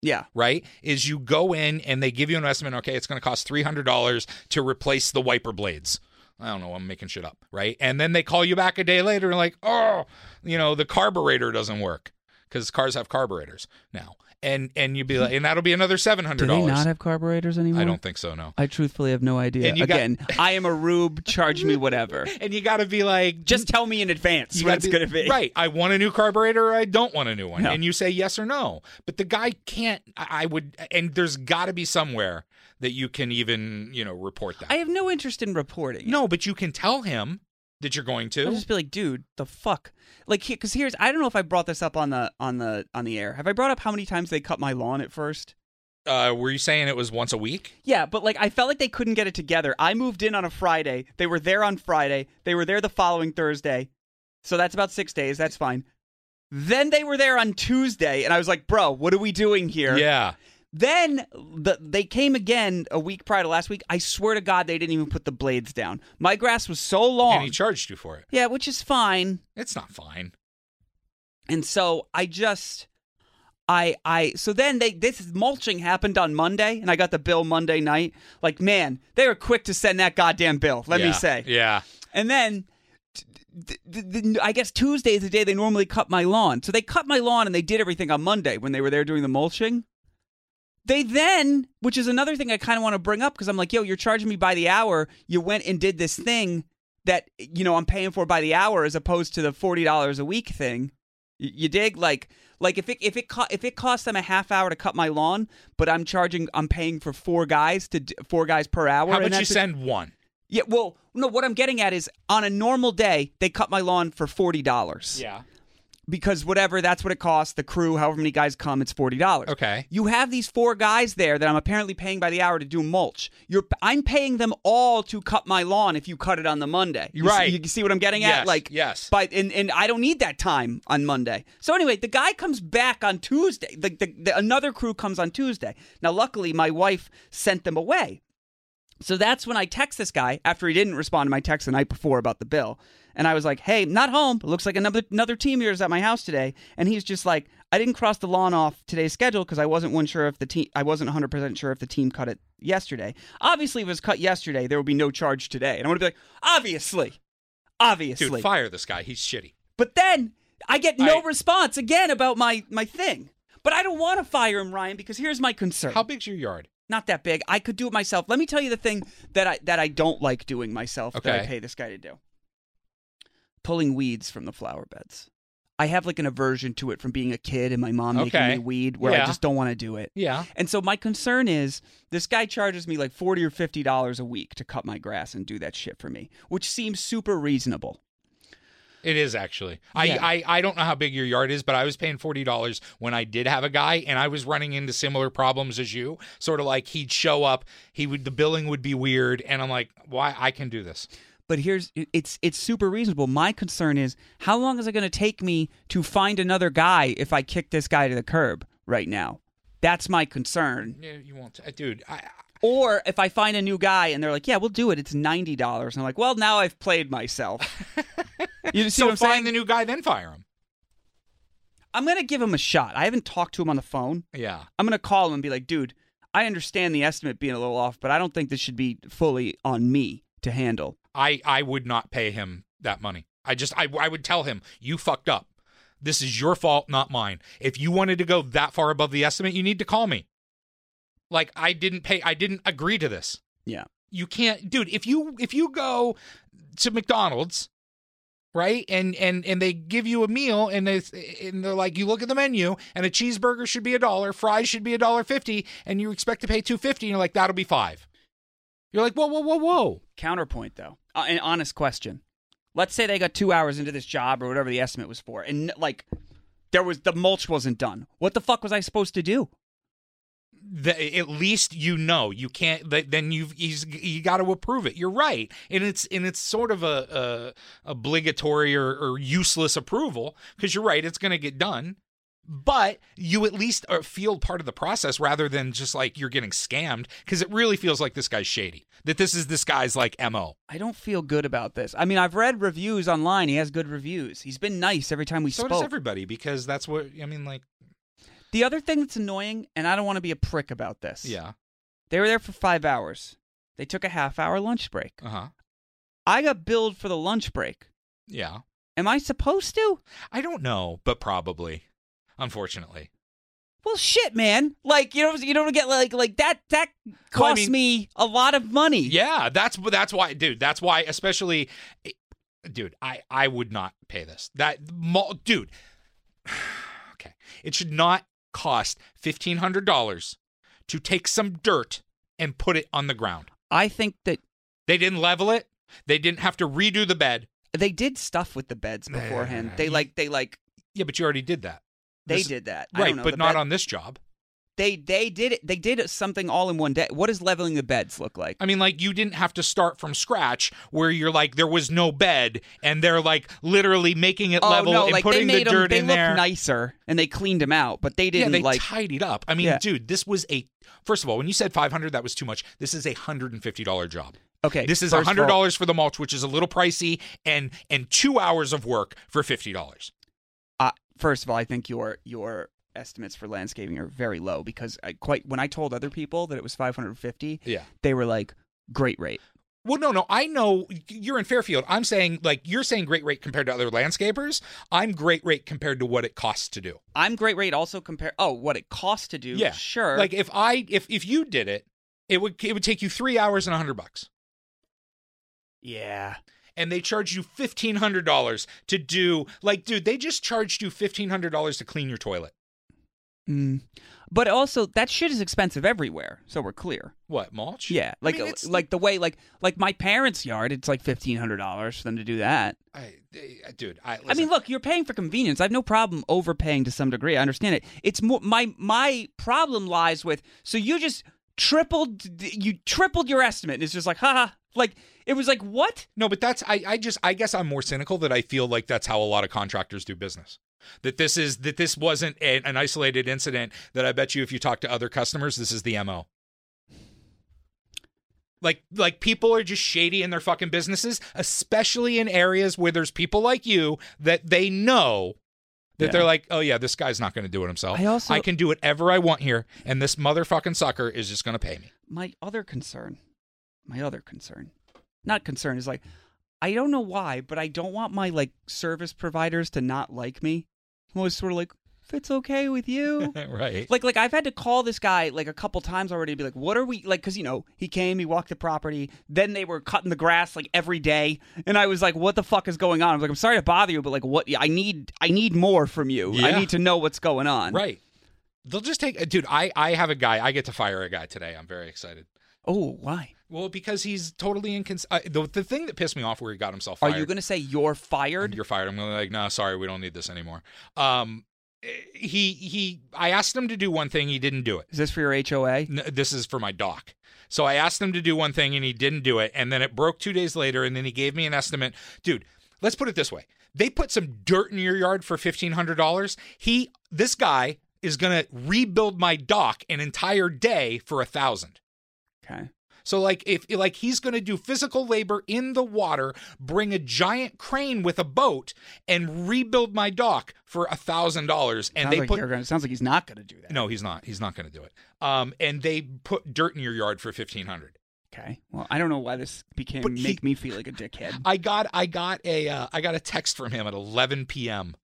[SPEAKER 3] Yeah.
[SPEAKER 4] right is you go in and they give you an estimate okay it's going to cost $300 to replace the wiper blades i don't know i'm making shit up right and then they call you back a day later and like oh you know the carburetor doesn't work because cars have carburetors now and and you'd be like and that'll be another $700
[SPEAKER 3] have carburetors anymore?
[SPEAKER 4] i don't think so no
[SPEAKER 3] I truthfully have no idea.
[SPEAKER 4] And you got-
[SPEAKER 3] Again, I am a rube. Charge me whatever.
[SPEAKER 4] and you got to be like
[SPEAKER 3] Just tell me in advance
[SPEAKER 4] You
[SPEAKER 3] what
[SPEAKER 4] gotta
[SPEAKER 3] it's
[SPEAKER 4] be-
[SPEAKER 3] going to be.
[SPEAKER 4] Right. I want a new carburetor or I don't want a new one.
[SPEAKER 3] No.
[SPEAKER 4] And you say yes or no. But the guy can't I I would and there's gotta be somewhere that you can even, you know, report that.
[SPEAKER 3] I have no interest in reporting.
[SPEAKER 4] no, but you can tell him that you're going
[SPEAKER 3] I'll
[SPEAKER 4] to.
[SPEAKER 3] just be like, dude, the fuck, like, because here's I don't know if I brought this up on the on the on the air. Have I brought up how many times they cut my lawn at first?
[SPEAKER 4] Uh were you saying it was once a week?
[SPEAKER 3] Yeah, but like I felt like they couldn't get it together. I moved in on a Friday. They were there on Friday. They were there the following Thursday. So that's about six days. That's fine. Then they were there on Tuesday, and I was like, bro, what are we doing here?
[SPEAKER 4] Yeah.
[SPEAKER 3] Then the, they came again a week prior to last week. I swear to God, they didn't even put the blades down. My grass was so
[SPEAKER 4] And
[SPEAKER 3] long.
[SPEAKER 4] he charged you for it.
[SPEAKER 3] yeah, which is fine.
[SPEAKER 4] It's not fine.
[SPEAKER 3] And so I just I I so then they this mulching happened on Monday and I got the bill Monday night. Like man, they were quick to send that goddamn bill, let
[SPEAKER 4] Yeah.
[SPEAKER 3] me say.
[SPEAKER 4] Yeah.
[SPEAKER 3] And then t- t- t- I guess Tuesday is the day they normally cut my lawn. So they cut my lawn and they did everything on Monday when they were there doing the mulching. They then, which is another thing I kind of want to bring up because I'm like, yo, you're charging me by the hour. You went and did this thing that, you know, I'm paying for by the hour as opposed to the $40 a week thing. Y- You dig? Like, like if it if it co- if it costs them a half hour to cut my lawn, but I'm charging, I'm paying for four guys to d- four guys per hour.
[SPEAKER 4] How
[SPEAKER 3] and
[SPEAKER 4] about you
[SPEAKER 3] that's a-
[SPEAKER 4] send one?
[SPEAKER 3] yeah, well, no, what I'm getting at is on a normal day, they cut my lawn for $40.
[SPEAKER 4] Yeah.
[SPEAKER 3] Because whatever, that's what it costs. The crew, however many guys come, it's $40.
[SPEAKER 4] Okay.
[SPEAKER 3] You have these four guys there that I'm apparently paying by the hour to do mulch. You're I'm paying them all to cut my lawn if you cut it on the Monday. You see-
[SPEAKER 4] Right.
[SPEAKER 3] you see what I'm getting
[SPEAKER 4] Yes,
[SPEAKER 3] at? Like
[SPEAKER 4] yes.
[SPEAKER 3] But and, and I don't need that time on Monday. So anyway, the guy comes back on Tuesday. The, the, the another crew comes on Tuesday. Now luckily my wife sent them away. So that's when I text this guy after he didn't respond to my text the night before about the bill. and I was like, "Hey, not home. Looks like another another team here is at my house today." And he's just like, "I didn't cross the lawn off today's schedule because I wasn't one sure if the team I wasn't 100 percent sure if the team cut it yesterday. Obviously, if it was cut yesterday, there would be no charge today." And I'm gonna be like, "Obviously, obviously."
[SPEAKER 4] Dude, fire this guy. He's shitty.
[SPEAKER 3] But then I get no
[SPEAKER 4] I-
[SPEAKER 3] response again about my my thing. But I don't want to fire him, Ryan, because here's my concern.
[SPEAKER 4] How big's your yard?
[SPEAKER 3] Not that big. I could do it myself. Let me tell you the thing that I that I don't like doing myself that I
[SPEAKER 4] Okay.
[SPEAKER 3] pay this guy to do. Pulling weeds from the flower beds. I have like an aversion to it from being a kid and my mom making
[SPEAKER 4] Okay.
[SPEAKER 3] me weed where I
[SPEAKER 4] Yeah.
[SPEAKER 3] just don't want to do it.
[SPEAKER 4] Yeah.
[SPEAKER 3] And so my concern is this guy charges me like 40 or 50 dollars a week to cut my grass and do that shit for me, which seems super reasonable.
[SPEAKER 4] It is actually.
[SPEAKER 3] Yeah.
[SPEAKER 4] I, I I don't know how big your yard is, but I was paying forty dollars when I did have a guy, and I was running into similar problems as you. Sort of like he'd show up, he would the billing would be weird, and I'm like, why I can do this.
[SPEAKER 3] But here's it's it's super reasonable. My concern is how long is it going to take me to find another guy if I kick this guy to the curb right now? That's my concern.
[SPEAKER 4] Yeah, you won't, uh, dude. I,
[SPEAKER 3] Or if I find a new guy and they're like, "Yeah, we'll do it. It's ninety dollars," and I'm like, "Well, now I've played myself." You see
[SPEAKER 4] so
[SPEAKER 3] what I'm
[SPEAKER 4] find
[SPEAKER 3] saying?
[SPEAKER 4] the new guy, then fire him.
[SPEAKER 3] I'm gonna give him a shot. I haven't talked to him on the phone.
[SPEAKER 4] Yeah.
[SPEAKER 3] I'm gonna call him and be like, "Dude, I understand the estimate being a little off, but I don't think this should be fully on me to handle."
[SPEAKER 4] I I would not pay him that money. I just I I would tell him you fucked up. This is your fault, not mine. If you wanted to go that far above the estimate, you need to call me. Like I didn't pay. I didn't agree to this.
[SPEAKER 3] Yeah.
[SPEAKER 4] You can't, dude. If you if you go to McDonald's, right, and and and they give you a meal, and they and they're like, you look at the menu, and a cheeseburger should be a dollar, fries should be a dollar fifty, and you expect to pay two fifty, and you're like, that'll be five. You're like, whoa, whoa, whoa, whoa.
[SPEAKER 3] counterpoint though uh, an honest question let's say they got two hours into this job or whatever the estimate was for and like there was the mulch wasn't done what the fuck was i supposed to do
[SPEAKER 4] the, at least you know you can't th- then you've he's, you got to approve it you're right and it's and it's sort of a, a obligatory or, or useless approval because you're right it's going to get done but you at least are, feel part of the process rather than just like you're getting scammed because it really feels like this guy's shady that this is this guy's like mo
[SPEAKER 3] i don't feel good about this i mean i've read reviews online he has good reviews he's been nice every time we
[SPEAKER 4] so does
[SPEAKER 3] spoke
[SPEAKER 4] everybody because that's what i mean like
[SPEAKER 3] the other thing that's annoying and i don't want to be a prick about this
[SPEAKER 4] yeah
[SPEAKER 3] they were there for five hours they took a half hour lunch break
[SPEAKER 4] uh-huh
[SPEAKER 3] i got billed for the lunch break
[SPEAKER 4] yeah
[SPEAKER 3] am i supposed to
[SPEAKER 4] i don't know but probably unfortunately
[SPEAKER 3] Well, shit, man. Like you don't you don't get like like that that cost
[SPEAKER 4] Well, I mean-
[SPEAKER 3] me a lot of money.
[SPEAKER 4] Yeah, that's that's why, dude. That's why, especially, dude. I I would not pay this. That mul- dude. Okay, it should not cost fifteen hundred dollars to take some dirt and put it on the ground.
[SPEAKER 3] I think that
[SPEAKER 4] They didn't level it. They didn't have to redo the bed.
[SPEAKER 3] they did stuff with the beds beforehand.
[SPEAKER 4] Nah.
[SPEAKER 3] They like they like
[SPEAKER 4] Yeah, but you already did that.
[SPEAKER 3] they
[SPEAKER 4] This-
[SPEAKER 3] did that. I
[SPEAKER 4] right,
[SPEAKER 3] don't know,
[SPEAKER 4] but
[SPEAKER 3] the
[SPEAKER 4] not
[SPEAKER 3] bed-
[SPEAKER 4] on this job.
[SPEAKER 3] They they did it. They did something all in one day. What does leveling the beds look like?
[SPEAKER 4] I mean, like you didn't have to start from scratch where you're like there was no bed and they're like literally making it
[SPEAKER 3] oh
[SPEAKER 4] level
[SPEAKER 3] no,
[SPEAKER 4] and
[SPEAKER 3] like they
[SPEAKER 4] putting
[SPEAKER 3] made
[SPEAKER 4] the
[SPEAKER 3] them.
[SPEAKER 4] dirt
[SPEAKER 3] They
[SPEAKER 4] in
[SPEAKER 3] looked
[SPEAKER 4] there.
[SPEAKER 3] nicer and they cleaned them out, but they didn't
[SPEAKER 4] yeah, they
[SPEAKER 3] like.
[SPEAKER 4] tidied up. I mean,
[SPEAKER 3] Yeah.
[SPEAKER 4] dude, this was a first of all, when you said five hundred, that was too much. This is a hundred and fifty dollar job.
[SPEAKER 3] okay,
[SPEAKER 4] This is
[SPEAKER 3] first of
[SPEAKER 4] hundred
[SPEAKER 3] all,
[SPEAKER 4] dollars for the mulch, which is a little pricey, and and two hours of work for fifty dollars.
[SPEAKER 3] Uh, first of all, I think your your estimates for landscaping are very low because I quite when I told other people that it was five hundred fifty,
[SPEAKER 4] Yeah.
[SPEAKER 3] they were like, "Great rate."
[SPEAKER 4] Well, no, no, I know you're in Fairfield. I'm saying like you're saying great rate compared to other landscapers. I'm great rate compared to what it costs to do.
[SPEAKER 3] I'm great rate also compare oh what it costs to do
[SPEAKER 4] Yeah.
[SPEAKER 3] sure
[SPEAKER 4] Like if I if if you did it, it would it would take you three hours and a hundred bucks.
[SPEAKER 3] yeah
[SPEAKER 4] and they charge you fifteen hundred dollars to do like, dude, they just charged you fifteen hundred dollars to clean your toilet.
[SPEAKER 3] Mm. but also that shit is expensive everywhere so we're clear
[SPEAKER 4] What mulch?
[SPEAKER 3] yeah
[SPEAKER 4] I
[SPEAKER 3] like uh,
[SPEAKER 4] mean, it's-
[SPEAKER 3] like the way like like my parents yard it's like fifteen hundred dollars for them to do that
[SPEAKER 4] I, I- dude, I,
[SPEAKER 3] I mean look you're paying for convenience I have no problem overpaying to some degree I understand it it's more my my problem lies with so you just tripled you tripled your estimate and it's just like haha like it was like what
[SPEAKER 4] No, but that's I, I just I guess I'm more cynical that I feel like that's how a lot of contractors do business. That this is that this wasn't a, an isolated incident. That I bet you if you talk to other customers, this is the mo. Like like people are just shady in their fucking businesses, especially in areas where there's people like you that they know that
[SPEAKER 3] Yeah.
[SPEAKER 4] they're like, oh yeah, this guy's not going to do it himself.
[SPEAKER 3] I also-
[SPEAKER 4] I can do whatever I want here, and this motherfucking sucker is just going to pay me.
[SPEAKER 3] my other concern, my other concern, not concern is like, I don't know why, but I don't want my like service providers to not like me. I'm always sort of like, if it's okay with you.
[SPEAKER 4] right.
[SPEAKER 3] Like, like I've had to call this guy like a couple times already. To be like, what are we like? Because you know, he came, he walked the property, then they were cutting the grass like every day, and I was like, what the fuck is going on? I'm like, I'm sorry to bother you, but like, what? I need, I need more from you.
[SPEAKER 4] Yeah.
[SPEAKER 3] I need to know what's going on.
[SPEAKER 4] Right. They'll just take dude, I I have a guy. I get to fire a guy today. I'm very excited.
[SPEAKER 3] Oh, why?
[SPEAKER 4] Well, because he's totally incons- uh, the, the thing that pissed me off where he got himself
[SPEAKER 3] Are
[SPEAKER 4] fired.
[SPEAKER 3] you gonna say you're fired?
[SPEAKER 4] You're fired. I'm gonna be like, no, sorry, we don't need this anymore. Um, he he. I asked him to do one thing, he didn't do it.
[SPEAKER 3] Is this for your HOA?
[SPEAKER 4] N- this is for my doc. So I asked him to do one thing, and he didn't do it. And then it broke two days later, and then he gave me an estimate. Dude, let's put it this way: they put some dirt in your yard for fifteen hundred dollars. He, this guy, is gonna rebuild my dock an entire day for a thousand.
[SPEAKER 3] Okay.
[SPEAKER 4] So like if like he's going to do physical labor in the water, bring a giant crane with a boat and rebuild my dock for a thousand dollars, and
[SPEAKER 3] sounds
[SPEAKER 4] they
[SPEAKER 3] like
[SPEAKER 4] put
[SPEAKER 3] you're gonna, sounds like he's not going to do that.
[SPEAKER 4] no, he's not. He's not going to do it. Um, and they put dirt in your yard for fifteen hundred.
[SPEAKER 3] Okay. Well, I don't know why this became
[SPEAKER 4] But he-
[SPEAKER 3] make me feel like a dickhead.
[SPEAKER 4] I got I got a uh, I got a text from him at eleven p.m.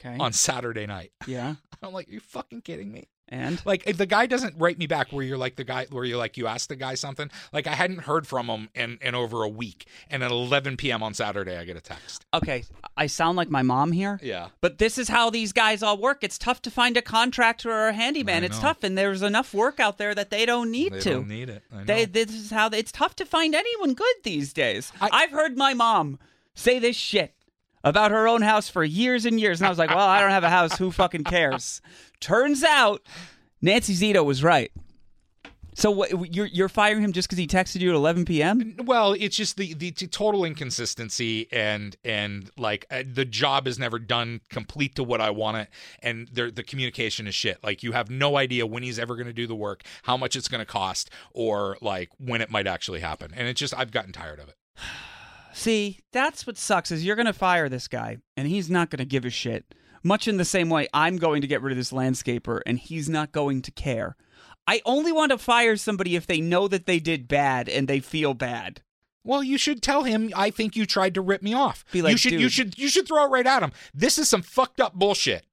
[SPEAKER 3] Okay.
[SPEAKER 4] on Saturday night.
[SPEAKER 3] yeah.
[SPEAKER 4] I'm like, are you fucking kidding me?
[SPEAKER 3] And
[SPEAKER 4] Like if the guy doesn't write me back where you're like the guy where you're like you asked the guy something. Like I hadn't heard from him in in over a week, and at eleven p.m. on Saturday I get a text.
[SPEAKER 3] okay, I sound like my mom here.
[SPEAKER 4] Yeah.
[SPEAKER 3] But this is how these guys all work. It's tough to find a contractor or a handyman.
[SPEAKER 4] I
[SPEAKER 3] It's
[SPEAKER 4] know.
[SPEAKER 3] tough, and there's enough work out there that they don't need
[SPEAKER 4] They
[SPEAKER 3] to.
[SPEAKER 4] don't need it. I
[SPEAKER 3] they
[SPEAKER 4] know.
[SPEAKER 3] this is how it's tough to find anyone good these days.
[SPEAKER 4] I-
[SPEAKER 3] I've heard my mom say this shit about her own house for years and years, and I was like, "Well, I don't have a house. Who fucking cares?" Turns out, Nancy Zito was right. So what, you're you're firing him just because he texted you at 11 p.m.
[SPEAKER 4] well, it's just the, the t- total inconsistency and and like uh, the job is never done complete to what I want it, and there- the communication is shit. Like you have no idea when he's ever going to do the work, how much it's going to cost, or like when it might actually happen. And it's just I've gotten tired of it.
[SPEAKER 3] See, that's what sucks is you're gonna fire this guy, and he's not gonna give a shit. Much in the same way, I'm going to get rid of this landscaper, and he's not going to care. I only want to fire somebody if they know that they did bad and they feel bad.
[SPEAKER 4] Well, you should tell him. I think you tried to rip me off.
[SPEAKER 3] Be like,
[SPEAKER 4] you should you
[SPEAKER 3] "Dude."
[SPEAKER 4] should you should throw it right at him. This is some fucked up bullshit.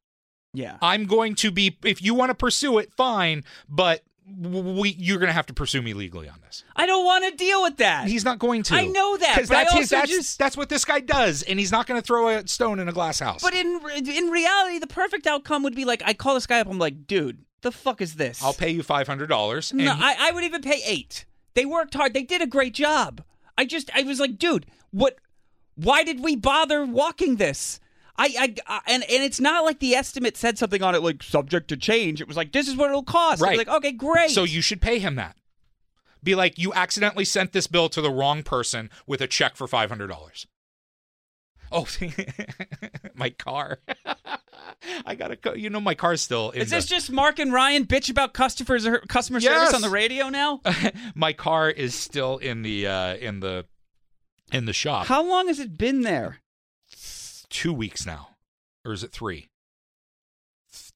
[SPEAKER 3] Yeah.
[SPEAKER 4] I'm going to be if you want to pursue it, fine, but w- we you're going to have to pursue me legally on this.
[SPEAKER 3] I don't want to deal with that.
[SPEAKER 4] He's not going to.
[SPEAKER 3] I know that,
[SPEAKER 4] because
[SPEAKER 3] but I
[SPEAKER 4] that's his.
[SPEAKER 3] also
[SPEAKER 4] That's,
[SPEAKER 3] just-
[SPEAKER 4] that's what this guy does, and he's not going to throw a stone in a glass house.
[SPEAKER 3] but in in reality, the perfect outcome would be like I call this guy up. I'm like, dude, the fuck is this?
[SPEAKER 4] I'll pay you five hundred dollars.
[SPEAKER 3] No, I, I would even pay eight. They worked hard. They did a great job. I just, I was like, dude, what? Why did we bother walking this? I, I, I and and it's not like the estimate said something on it like subject to change. It was like this is what it'll cost. I was
[SPEAKER 4] Right.
[SPEAKER 3] like okay, great.
[SPEAKER 4] so you should pay him that. Be like, you accidentally sent this bill to the wrong person with a check for five hundred dollars. Oh, my car. I got to go. You know, my car's still. In
[SPEAKER 3] is this
[SPEAKER 4] the-
[SPEAKER 3] just Mark and Ryan bitch about customers uh, customer
[SPEAKER 4] Yes. Uh,
[SPEAKER 3] service on the radio now?
[SPEAKER 4] my car is still in the uh, in the in the shop.
[SPEAKER 3] How long has it been there?
[SPEAKER 4] two weeks now, or is it three?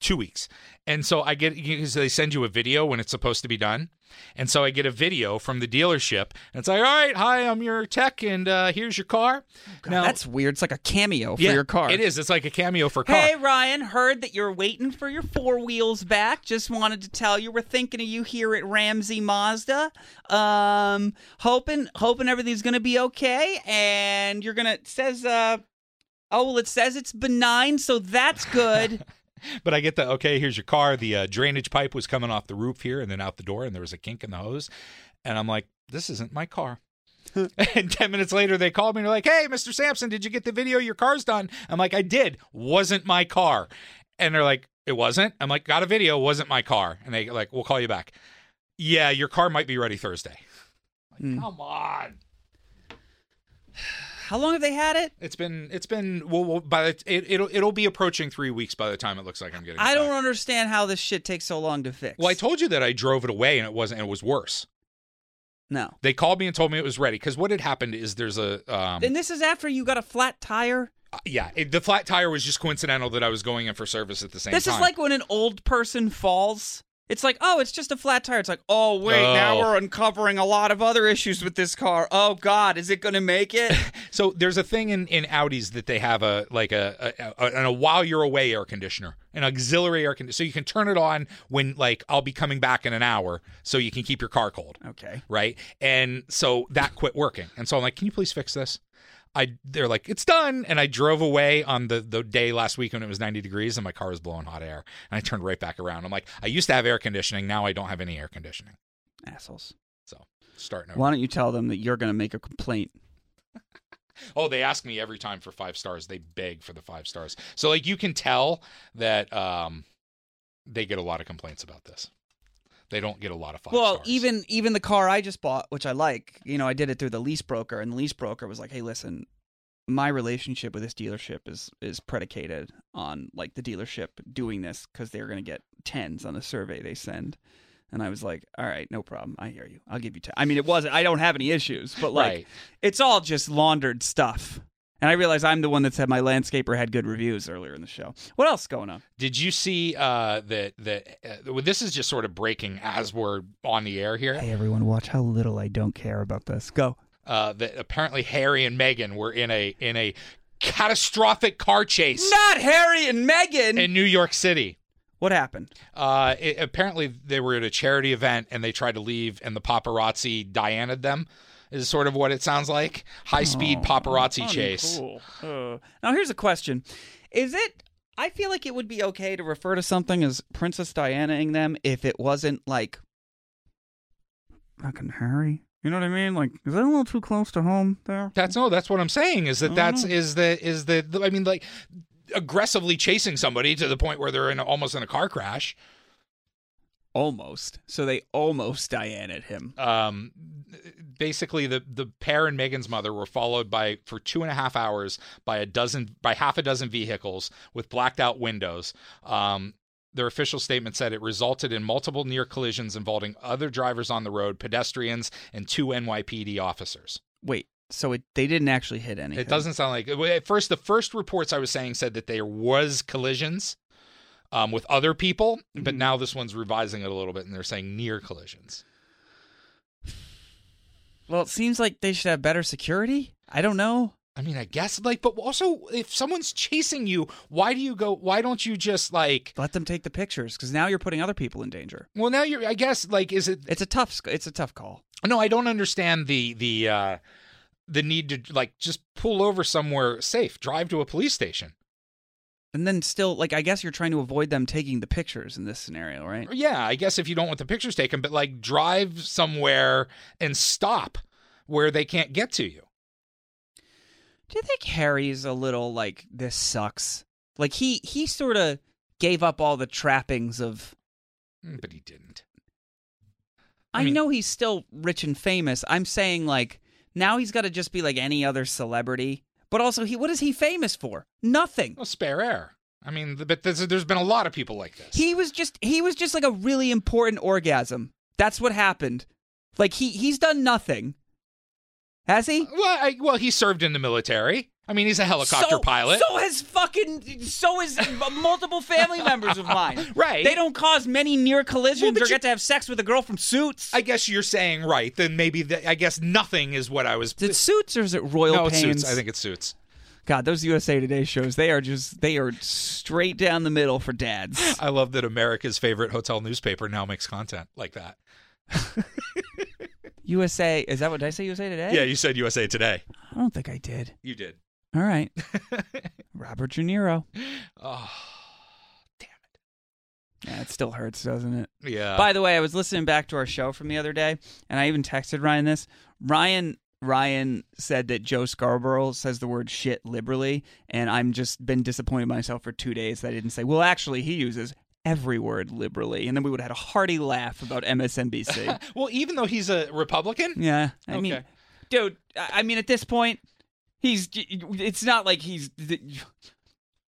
[SPEAKER 4] Two weeks, and so I get because they send you a video when it's supposed to be done, and so I get a video from the dealership, and it's like, all right, hi, I'm your tech, and uh, here's your car.
[SPEAKER 3] God, that's weird. It's like a cameo
[SPEAKER 4] yeah,
[SPEAKER 3] for your car.
[SPEAKER 4] It is. It's like a cameo for car.
[SPEAKER 3] Hey Ryan, heard that you're waiting for your four wheels back. Just wanted to tell you we're thinking of you here at Ramsey Mazda. Um, hoping hoping everything's gonna be okay, and you're gonna it says uh oh well it says it's benign, so that's good.
[SPEAKER 4] But I get the okay. Here's your car. The uh, drainage pipe was coming off the roof here, and then out the door, and there was a kink in the hose, and I'm like, this isn't my car. and ten minutes later, they called me and they're like, "Hey, Mr. Sampson, did you get the video? Your car's done." I'm like, "I did. Wasn't my car." And they're like, "It wasn't." I'm like, "Got a video. Wasn't my car." And they like, "We'll call you back." Yeah, your car might be ready Thursday. Like, Come on.
[SPEAKER 3] How long have they had it?
[SPEAKER 4] It's been it's been well, well by the it, it'll it'll be approaching three weeks by the time it looks like I'm getting. it
[SPEAKER 3] I
[SPEAKER 4] back.
[SPEAKER 3] don't understand how this shit takes so long to fix.
[SPEAKER 4] Well, I told you that I drove it away and it wasn't. and It was worse.
[SPEAKER 3] No.
[SPEAKER 4] They called me and told me it was ready because what had happened is there's a um, uh,
[SPEAKER 3] And this is after you got a flat tire.
[SPEAKER 4] yeah it, the flat tire was just coincidental that I was going in for service at the same
[SPEAKER 3] This
[SPEAKER 4] time.
[SPEAKER 3] is like when an old person falls. It's like, oh, it's just a flat tire. It's like, oh, wait, now
[SPEAKER 4] No.
[SPEAKER 3] we're uncovering a lot of other issues with this car. Oh, God, is it going to make it?
[SPEAKER 4] so there's a thing in, in Audis that they have a like a, a, a, an a while you're away air conditioner, an auxiliary air conditioner, so you can turn it on when like I'll be coming back in an hour, so you can keep your car cold.
[SPEAKER 3] Okay.
[SPEAKER 4] right? And so that quit working. And so I'm like, can you please fix this? I they're like, it's done. And I drove away on the, the day last week when it was 90 degrees and my car was blowing hot air. And I turned right back around. I'm like, I used to have air conditioning, now I don't have any air conditioning.
[SPEAKER 3] Assholes.
[SPEAKER 4] So starting over.
[SPEAKER 3] Why don't you tell them that you're going to make a complaint?
[SPEAKER 4] Oh, they ask me every time for five stars. They beg for the five stars. So like you can tell that um they get a lot of complaints about this. They don't get a lot of five
[SPEAKER 3] well,
[SPEAKER 4] stars.
[SPEAKER 3] even even the car I just bought, which I like, you know, I did it through the lease broker, and the lease broker was like, "Hey, listen, my relationship with this dealership is is predicated on like the dealership doing this because they're going to get tens on the survey they send." And I was like, "All right, no problem. I hear you. I'll give you ten. I mean, it wasn't. I don't have any issues, but like,
[SPEAKER 4] Right.
[SPEAKER 3] it's all just laundered stuff." And I realize I'm the one that said my landscaper had good reviews earlier in the show. What else going on?
[SPEAKER 4] Did you see uh, that? That uh, well, this is just sort of breaking as we're on the air here.
[SPEAKER 3] Hey, everyone, watch how little I don't care about this. Go.
[SPEAKER 4] Uh, that apparently Harry and Meghan were in a in a catastrophic car chase
[SPEAKER 3] Not Harry and Meghan.
[SPEAKER 4] in New York City.
[SPEAKER 3] What happened?
[SPEAKER 4] Uh, it, apparently they were at a charity event and they tried to leave, and the paparazzi Diana'd them. Is sort of what it sounds like. High speed
[SPEAKER 3] Oh,
[SPEAKER 4] paparazzi chase.
[SPEAKER 3] now here's a question: Is it? I feel like it would be okay to refer to something as Princess Diana-ing them if it wasn't like fucking Harry. You know what I mean? Like, is that a little too close to home there?
[SPEAKER 4] That's no. That's what I'm saying. Is that that's is the is the I mean like aggressively chasing somebody to the point where they're in almost in a car crash.
[SPEAKER 3] Almost. So they almost Diana'd him.
[SPEAKER 4] um, basically the the pair and Megan's mother were followed by for two and a half hours by a dozen by half a dozen vehicles with blacked out windows. Um, their official statement said it resulted in multiple near collisions involving other drivers on the road, pedestrians, and two NYPD officers.
[SPEAKER 3] Wait. So it, they didn't actually hit anything.
[SPEAKER 4] It doesn't sound like well, at first the first reports I was saying said that there was collisions um, with other people, but now this one's revising it a little bit and they're saying near collisions.
[SPEAKER 3] Well, it seems like they should have better security. I don't know.
[SPEAKER 4] I mean, I guess like, but also if someone's chasing you, why do you go? Why don't you just like?
[SPEAKER 3] Let them take the pictures because now you're putting other people in danger.
[SPEAKER 4] Well, now you're. I guess like, is it?
[SPEAKER 3] It's a tough. sc- It's a tough call.
[SPEAKER 4] No, I don't understand the the uh the need to like just pull over somewhere safe, drive to a police station.
[SPEAKER 3] And then still, like, I guess you're trying to avoid them taking the pictures in this scenario, right?
[SPEAKER 4] Yeah, I guess if you don't want the pictures taken, but like drive somewhere and stop where they can't get to you.
[SPEAKER 3] Do you think Harry's a little like this sucks? Like he he sort of gave up all the trappings of.
[SPEAKER 4] Mm, But he didn't.
[SPEAKER 3] I,
[SPEAKER 4] I mean-
[SPEAKER 3] know he's still rich and famous. I'm saying like now he's got to just be like any other celebrity. But also, he what is he famous for? Nothing.
[SPEAKER 4] Well, spare air. I mean, th- but there's, there's been a lot of people like this.
[SPEAKER 3] He was just he was just like a really important orgasm. That's what happened. Like he he's done nothing. Has he?
[SPEAKER 4] well, I, well, he served in the military. I mean, he's a helicopter
[SPEAKER 3] so,
[SPEAKER 4] pilot.
[SPEAKER 3] So has fucking so is multiple family members of mine.
[SPEAKER 4] Right.
[SPEAKER 3] They don't cause many near collisions
[SPEAKER 4] but
[SPEAKER 3] or
[SPEAKER 4] you-
[SPEAKER 3] get to have sex with a girl from Suits.
[SPEAKER 4] I guess you're saying right. Then maybe the, I guess nothing is what I was.
[SPEAKER 3] is it Suits or is it Royal
[SPEAKER 4] no, it
[SPEAKER 3] Pains?
[SPEAKER 4] suits. I think it suits.
[SPEAKER 3] God, those USA Today shows, they are just they are straight down the middle for dads.
[SPEAKER 4] I love that America's favorite hotel newspaper now makes content like that.
[SPEAKER 3] USA is that what did I say USA Today?
[SPEAKER 4] Yeah, you said USA Today.
[SPEAKER 3] I don't think I did.
[SPEAKER 4] You did.
[SPEAKER 3] All right. Robert De Niro.
[SPEAKER 4] Oh,
[SPEAKER 3] Yeah, it still hurts, doesn't it?
[SPEAKER 4] yeah.
[SPEAKER 3] By the way, I was listening back to our show from the other day, and I even texted Ryan this. Ryan Ryan said that Joe Scarborough says the word shit liberally, and I'm just been disappointed in myself for two days that I didn't say, well, actually, he uses every word liberally, and then we would have had a hearty laugh about MSNBC.
[SPEAKER 4] well, even though he's a Republican,
[SPEAKER 3] yeah, I mean,
[SPEAKER 4] Okay.
[SPEAKER 3] dude, I I mean, at this point, he's it's not like he's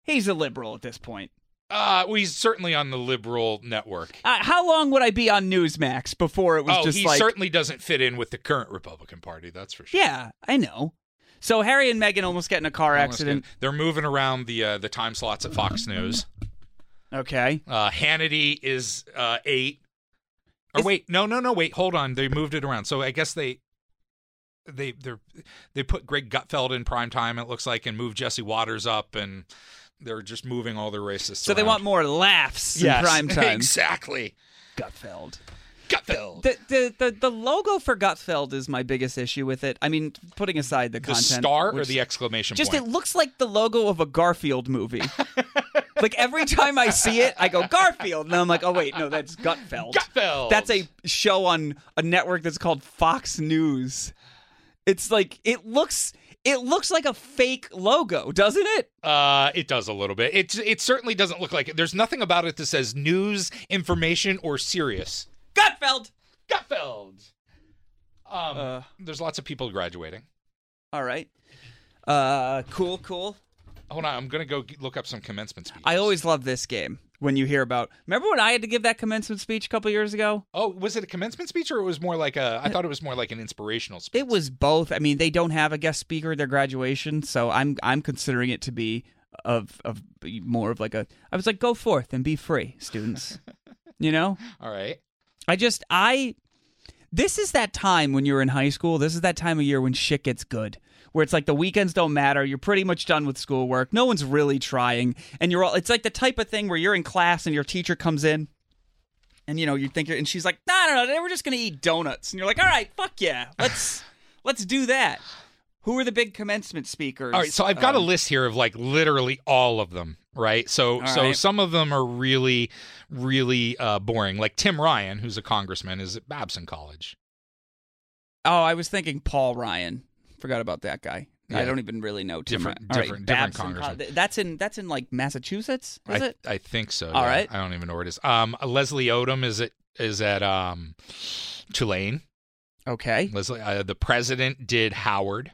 [SPEAKER 3] he's a liberal at this point.
[SPEAKER 4] Uh, well, he's certainly on the liberal network.
[SPEAKER 3] Uh, how long would I be on Newsmax before it was
[SPEAKER 4] oh,
[SPEAKER 3] just
[SPEAKER 4] he
[SPEAKER 3] like
[SPEAKER 4] certainly doesn't fit in with the current Republican Party. That's for sure.
[SPEAKER 3] Yeah, I know. So Harry and Meghan almost get in a car
[SPEAKER 4] Almost
[SPEAKER 3] accident.
[SPEAKER 4] good. They're moving around the uh, the time slots at Fox News.
[SPEAKER 3] Okay.
[SPEAKER 4] Uh, Hannity is uh, eight. Or
[SPEAKER 3] Is-
[SPEAKER 4] wait, no, no, no, wait, hold on. They moved it around, so I guess they they they they put Greg Gutfeld in prime time. It looks like, and moved Jesse Waters up, and they're just moving all the racists.
[SPEAKER 3] So they want more laughs in prime time.
[SPEAKER 4] exactly.
[SPEAKER 3] Gutfeld.
[SPEAKER 4] Gutfeld.
[SPEAKER 3] The, the the the logo for Gutfeld is my biggest issue with it. I mean, putting aside the,
[SPEAKER 4] the
[SPEAKER 3] content,
[SPEAKER 4] star or
[SPEAKER 3] which-
[SPEAKER 4] the exclamation
[SPEAKER 3] just
[SPEAKER 4] point?
[SPEAKER 3] it looks like the logo of a Garfield movie. like every time I see it, I go Garfield, and I'm like, oh wait, no, that's Gutfeld.
[SPEAKER 4] Gutfeld.
[SPEAKER 3] That's a show on a network that's called Fox News. It's like it looks it looks like a fake logo, doesn't it?
[SPEAKER 4] Uh, it does a little bit. It it certainly doesn't look like it. There's nothing about it that says news, information, or serious.
[SPEAKER 3] Gutfeld.
[SPEAKER 4] Gutfeld. Um,
[SPEAKER 3] Uh.
[SPEAKER 4] there's lots of people graduating.
[SPEAKER 3] All right. Uh cool, cool.
[SPEAKER 4] Hold on, I'm gonna go g- look up some commencement speeches.
[SPEAKER 3] I always love this game when you hear about Remember when I had to give that commencement speech a couple years ago?
[SPEAKER 4] Oh, was it a commencement speech or it was more like a? I thought it was more like an inspirational speech.
[SPEAKER 3] It was both. I mean, they don't have a guest speaker at their graduation, so I'm I'm considering it to be of of more of like a I was like go forth and be free, students. you know?
[SPEAKER 4] All right.
[SPEAKER 3] I just I this is that time when you're in high school. This is that time of year when shit gets good. Where it's like the weekends don't matter. You're pretty much done with schoolwork. No one's really trying. And you're all it's like the type of thing where you're in class and your teacher comes in and you know, you think you're and she's like, No, no, no, they were just gonna eat donuts. And you're like, All right, fuck yeah. Let's let's do that. Who are the big commencement speakers? Um,
[SPEAKER 4] All right. So I've got a list here of like literally all of them. Right. So
[SPEAKER 3] All
[SPEAKER 4] so
[SPEAKER 3] right.
[SPEAKER 4] some of them are really really uh, boring. Like Tim Ryan, who's a congressman, is at Babson College.
[SPEAKER 3] Oh, I was thinking Paul Ryan. Forgot about that guy.
[SPEAKER 4] Yeah.
[SPEAKER 3] I don't even really know. Tim
[SPEAKER 4] Different-
[SPEAKER 3] Ryan. All right,
[SPEAKER 4] different- different
[SPEAKER 3] Babson Col-
[SPEAKER 4] congressman.
[SPEAKER 3] th- That's in that's in like Massachusetts, is
[SPEAKER 4] I,
[SPEAKER 3] it?
[SPEAKER 4] I think so.
[SPEAKER 3] All
[SPEAKER 4] yeah.
[SPEAKER 3] right.
[SPEAKER 4] I don't even know where it is. Um, Leslie Odom is at is at um, Tulane.
[SPEAKER 3] Okay.
[SPEAKER 4] Leslie, uh, the president did Howard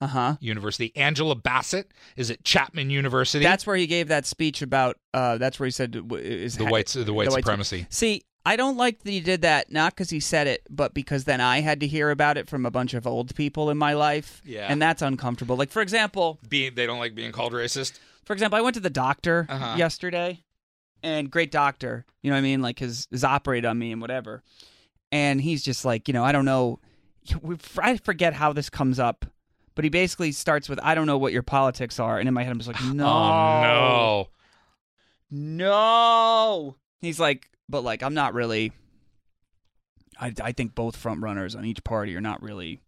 [SPEAKER 3] Uh huh.
[SPEAKER 4] University. Angela Bassett is at Chapman University.
[SPEAKER 3] That's where he gave that speech about. Uh, that's where he said w- is
[SPEAKER 4] the white the white
[SPEAKER 3] the white-
[SPEAKER 4] supremacy.
[SPEAKER 3] See, I don't like that he did that, not because he said it, but because then I had to hear about it from a bunch of old people in my life.
[SPEAKER 4] Yeah.
[SPEAKER 3] And that's uncomfortable. Like for example,
[SPEAKER 4] Being they don't like being called racist.
[SPEAKER 3] for example, I went to the doctor
[SPEAKER 4] Uh-huh.
[SPEAKER 3] yesterday, and great doctor. You know what I mean? Like his his operate on me and whatever. And he's just like, you know, I don't know. We, I forget how this comes up, but he basically starts with, "I don't know what your politics are," and in my head, I'm just like, no,
[SPEAKER 4] Oh no.
[SPEAKER 3] no. He's like, but like, I'm not really. I, I think both front runners on each party are not really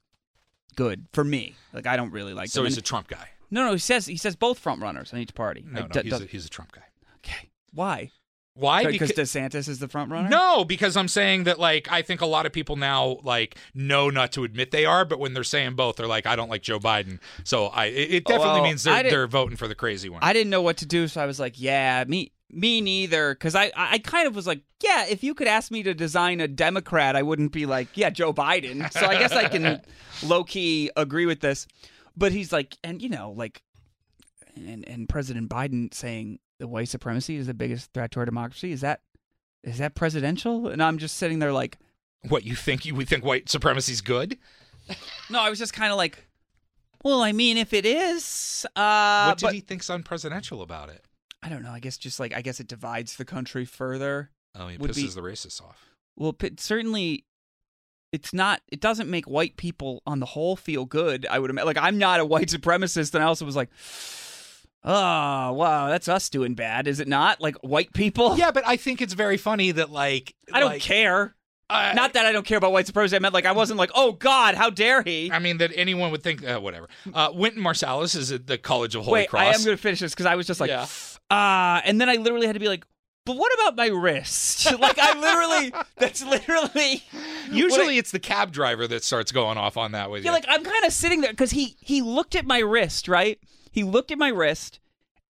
[SPEAKER 3] good for me. Like, I don't really like
[SPEAKER 4] so
[SPEAKER 3] them.
[SPEAKER 4] he's a
[SPEAKER 3] And-
[SPEAKER 4] Trump guy.
[SPEAKER 3] no, no. He says he says both front runners on each party.
[SPEAKER 4] No,
[SPEAKER 3] Like,
[SPEAKER 4] no,
[SPEAKER 3] d-
[SPEAKER 4] he's,
[SPEAKER 3] does-
[SPEAKER 4] a, he's a Trump guy.
[SPEAKER 3] okay. Why?
[SPEAKER 4] Why?
[SPEAKER 3] Because DeSantis is the front runner.
[SPEAKER 4] no, because I'm saying that like I think a lot of people now like know not to admit they are, but when they're saying both, they're like, I don't like Joe Biden. So I it, it definitely
[SPEAKER 3] Well,
[SPEAKER 4] means
[SPEAKER 3] I
[SPEAKER 4] they're,
[SPEAKER 3] didn't-
[SPEAKER 4] they're voting for the crazy one.
[SPEAKER 3] I didn't know what to do, so I was like, "Yeah, me, me neither." Because I, I I kind of was like, "Yeah, if you could ask me to design a Democrat, I wouldn't be like, yeah, Joe Biden." So I guess I can low key agree with this. But he's like, and you know, like, and and President Biden saying the white supremacy is the biggest threat to our democracy is that is that presidential? And I'm just sitting there like,
[SPEAKER 4] what you think you we think white supremacy's good?
[SPEAKER 3] no, I was just kind of like, well, I mean, if it is, uh,
[SPEAKER 4] what did
[SPEAKER 3] but-
[SPEAKER 4] he think's unpresidential about it?
[SPEAKER 3] I don't know. I guess just like I guess it divides the country further.
[SPEAKER 4] Oh, he
[SPEAKER 3] Would
[SPEAKER 4] pisses
[SPEAKER 3] be-
[SPEAKER 4] the racists off.
[SPEAKER 3] Well, p- certainly, it's not. It doesn't make white people on the whole feel good. I would imagine. Like I'm not a white supremacist, and I also was like, oh wow, that's us doing bad, is it not? Like white people.
[SPEAKER 4] Yeah, but I think it's very funny that like
[SPEAKER 3] Oh. I don't
[SPEAKER 4] like,
[SPEAKER 3] care.
[SPEAKER 4] I-
[SPEAKER 3] not that I don't care about white supremacy. I meant like I wasn't like, oh God, how dare he?
[SPEAKER 4] I mean that anyone would think uh, whatever. Uh, Wynton Marsalis is at the College of Holy
[SPEAKER 3] Wait,
[SPEAKER 4] Cross.
[SPEAKER 3] I am going to finish this because I was just like,
[SPEAKER 4] Yeah.
[SPEAKER 3] ah, and then I literally had to be like. But what about my wrist? like I literally, that's literally.
[SPEAKER 4] Usually, it's the cab driver that starts going off on that with
[SPEAKER 3] Yeah,
[SPEAKER 4] you.
[SPEAKER 3] like I'm kind of sitting there because he he looked at my wrist, right? He looked at my wrist,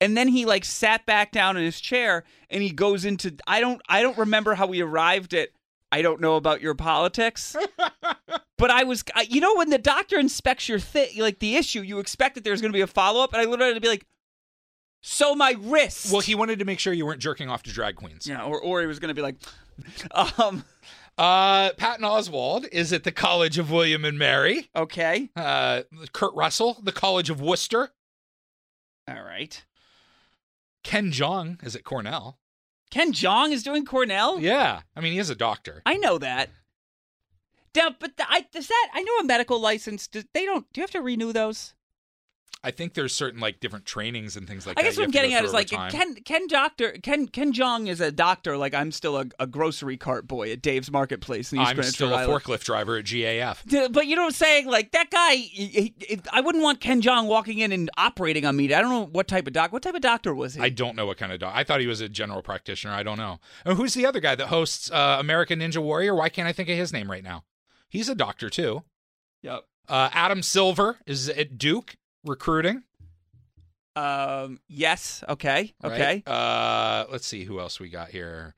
[SPEAKER 3] and then he like sat back down in his chair, and he goes into I don't I don't remember how we arrived at I don't know about your politics, but I was I, you know when the doctor inspects your thing like the issue, you expect that there's going to be a follow up, and I literally had to be like, So my wrist.
[SPEAKER 4] Well, he wanted to make sure you weren't jerking off to drag queens.
[SPEAKER 3] you know, or or he was gonna be like, um,
[SPEAKER 4] Uh, Patton Oswald is at the College of William and Mary.
[SPEAKER 3] okay,
[SPEAKER 4] Uh, Kurt Russell, the College of Worcester.
[SPEAKER 3] all right.
[SPEAKER 4] Ken Jong is at Cornell.
[SPEAKER 3] Ken Jong is doing Cornell.
[SPEAKER 4] Yeah, I mean he is a doctor.
[SPEAKER 3] I know that. Now, but the, I does that I know a medical license. Do, they don't. Do you have to renew those?
[SPEAKER 4] I think there's certain like different trainings and things like
[SPEAKER 3] I
[SPEAKER 4] that.
[SPEAKER 3] guess
[SPEAKER 4] you
[SPEAKER 3] what I'm
[SPEAKER 4] have to go
[SPEAKER 3] getting at
[SPEAKER 4] through
[SPEAKER 3] is
[SPEAKER 4] over
[SPEAKER 3] like
[SPEAKER 4] time.
[SPEAKER 3] Ken Ken Doctor Ken Ken Jong is a doctor. Like I'm still a, a grocery cart boy at Dave's Marketplace in East
[SPEAKER 4] I'm
[SPEAKER 3] Greenwich,
[SPEAKER 4] still
[SPEAKER 3] Rhode
[SPEAKER 4] a
[SPEAKER 3] Island.
[SPEAKER 4] forklift driver at GAF.
[SPEAKER 3] D- But you know what I'm saying? Like that guy, he- he- it- I wouldn't want Ken Jong walking in and operating on me. I don't know what type of doc. What type of doctor was he?
[SPEAKER 4] I don't know what kind of dog. I thought he was a general practitioner. I don't know. And who's the other guy that hosts uh, American Ninja Warrior? Why can't I think of his name right now? He's a doctor too.
[SPEAKER 3] Yep.
[SPEAKER 4] Uh, Adam Silver is at Duke recruiting.
[SPEAKER 3] Um. Yes. Okay.
[SPEAKER 4] right?
[SPEAKER 3] Okay.
[SPEAKER 4] Uh, let's see who else we got here.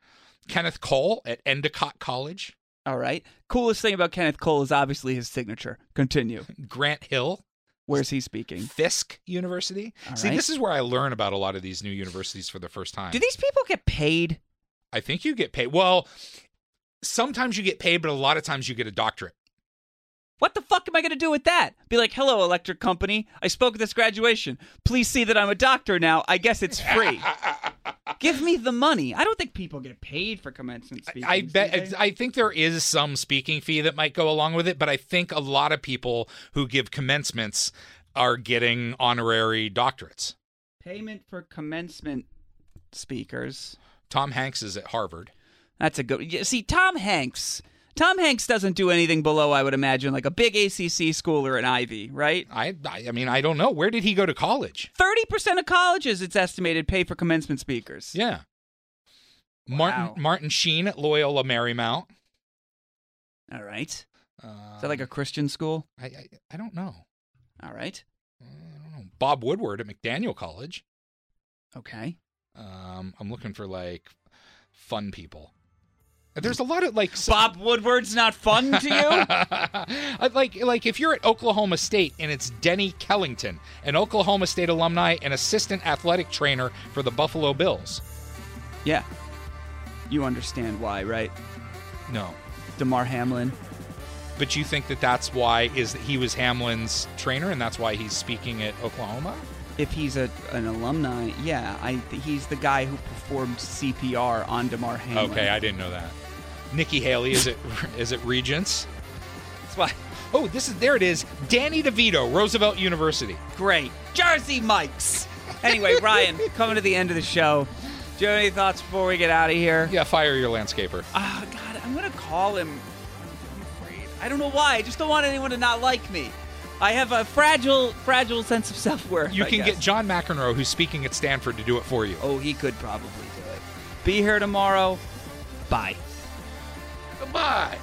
[SPEAKER 4] Kenneth Cole at Endicott College.
[SPEAKER 3] All right. Coolest thing about Kenneth Cole is obviously his signature. Continue.
[SPEAKER 4] Grant Hill
[SPEAKER 3] Where's he speaking?
[SPEAKER 4] Fisk University.
[SPEAKER 3] All
[SPEAKER 4] See,
[SPEAKER 3] right.
[SPEAKER 4] this is where I learn about a lot of these new universities for the first time.
[SPEAKER 3] Do these people get paid?
[SPEAKER 4] I think you get paid. Well, sometimes you get paid, but a lot of times you get a doctorate.
[SPEAKER 3] What the fuck am I going to do with that? Be like, hello, electric company. I spoke at this graduation. Please see that I'm a doctor now. I guess it's free. Give me the money. I don't think people get paid for commencement speaking.
[SPEAKER 4] I bet. I think there is some speaking fee that might go along with it, but I think a lot of people who give commencements are getting honorary doctorates.
[SPEAKER 3] Payment for commencement speakers.
[SPEAKER 4] Tom Hanks is at Harvard.
[SPEAKER 3] That's a good. yeah, See, Tom Hanks. Tom Hanks doesn't do anything below, I would imagine, like a big ACC school or an Ivy, right?
[SPEAKER 4] I, I, I mean, I don't know. Where did he go to college?
[SPEAKER 3] Thirty percent of colleges, it's estimated, pay for commencement speakers.
[SPEAKER 4] Yeah.
[SPEAKER 3] Wow.
[SPEAKER 4] Martin Martin Sheen at Loyola Marymount.
[SPEAKER 3] All right. Is
[SPEAKER 4] Uh,
[SPEAKER 3] that like a Christian school?
[SPEAKER 4] I, I, I don't know.
[SPEAKER 3] All right.
[SPEAKER 4] I don't know. Bob Woodward at McDaniel College.
[SPEAKER 3] Okay.
[SPEAKER 4] Um, I'm looking for like fun people. There's a lot of like s-
[SPEAKER 3] Bob Woodward's not fun to you?
[SPEAKER 4] I- like like if you're at Oklahoma State and it's Denny Kellington, an Oklahoma State alumni and assistant athletic trainer for the Buffalo Bills.
[SPEAKER 3] yeah. You understand why, right?
[SPEAKER 4] No.
[SPEAKER 3] DeMar Hamlin.
[SPEAKER 4] But you think that that's why is that he was Hamlin's trainer and that's why he's speaking at Oklahoma?
[SPEAKER 3] If he's a an alumni, yeah, I he's the guy who performed CPR on DeMar Hamlin.
[SPEAKER 4] Okay, I didn't know that. Nikki Haley is it is it Regents?
[SPEAKER 3] that's why.
[SPEAKER 4] Oh, this is there it is. Danny DeVito, Roosevelt University.
[SPEAKER 3] Great. Jersey Mike's. Anyway, Ryan, coming to the end of the show. Do you have any thoughts before we get out of here?
[SPEAKER 4] Yeah, fire your landscaper.
[SPEAKER 3] Oh, God, I'm going to call him. I'm afraid. I don't know why. I just don't want anyone to not like me. I have a fragile, fragile sense of self worth.
[SPEAKER 4] You can get John McEnroe, who's speaking at Stanford, to do it for you.
[SPEAKER 3] Oh, he could probably do it. Be here tomorrow. Bye.
[SPEAKER 4] Goodbye.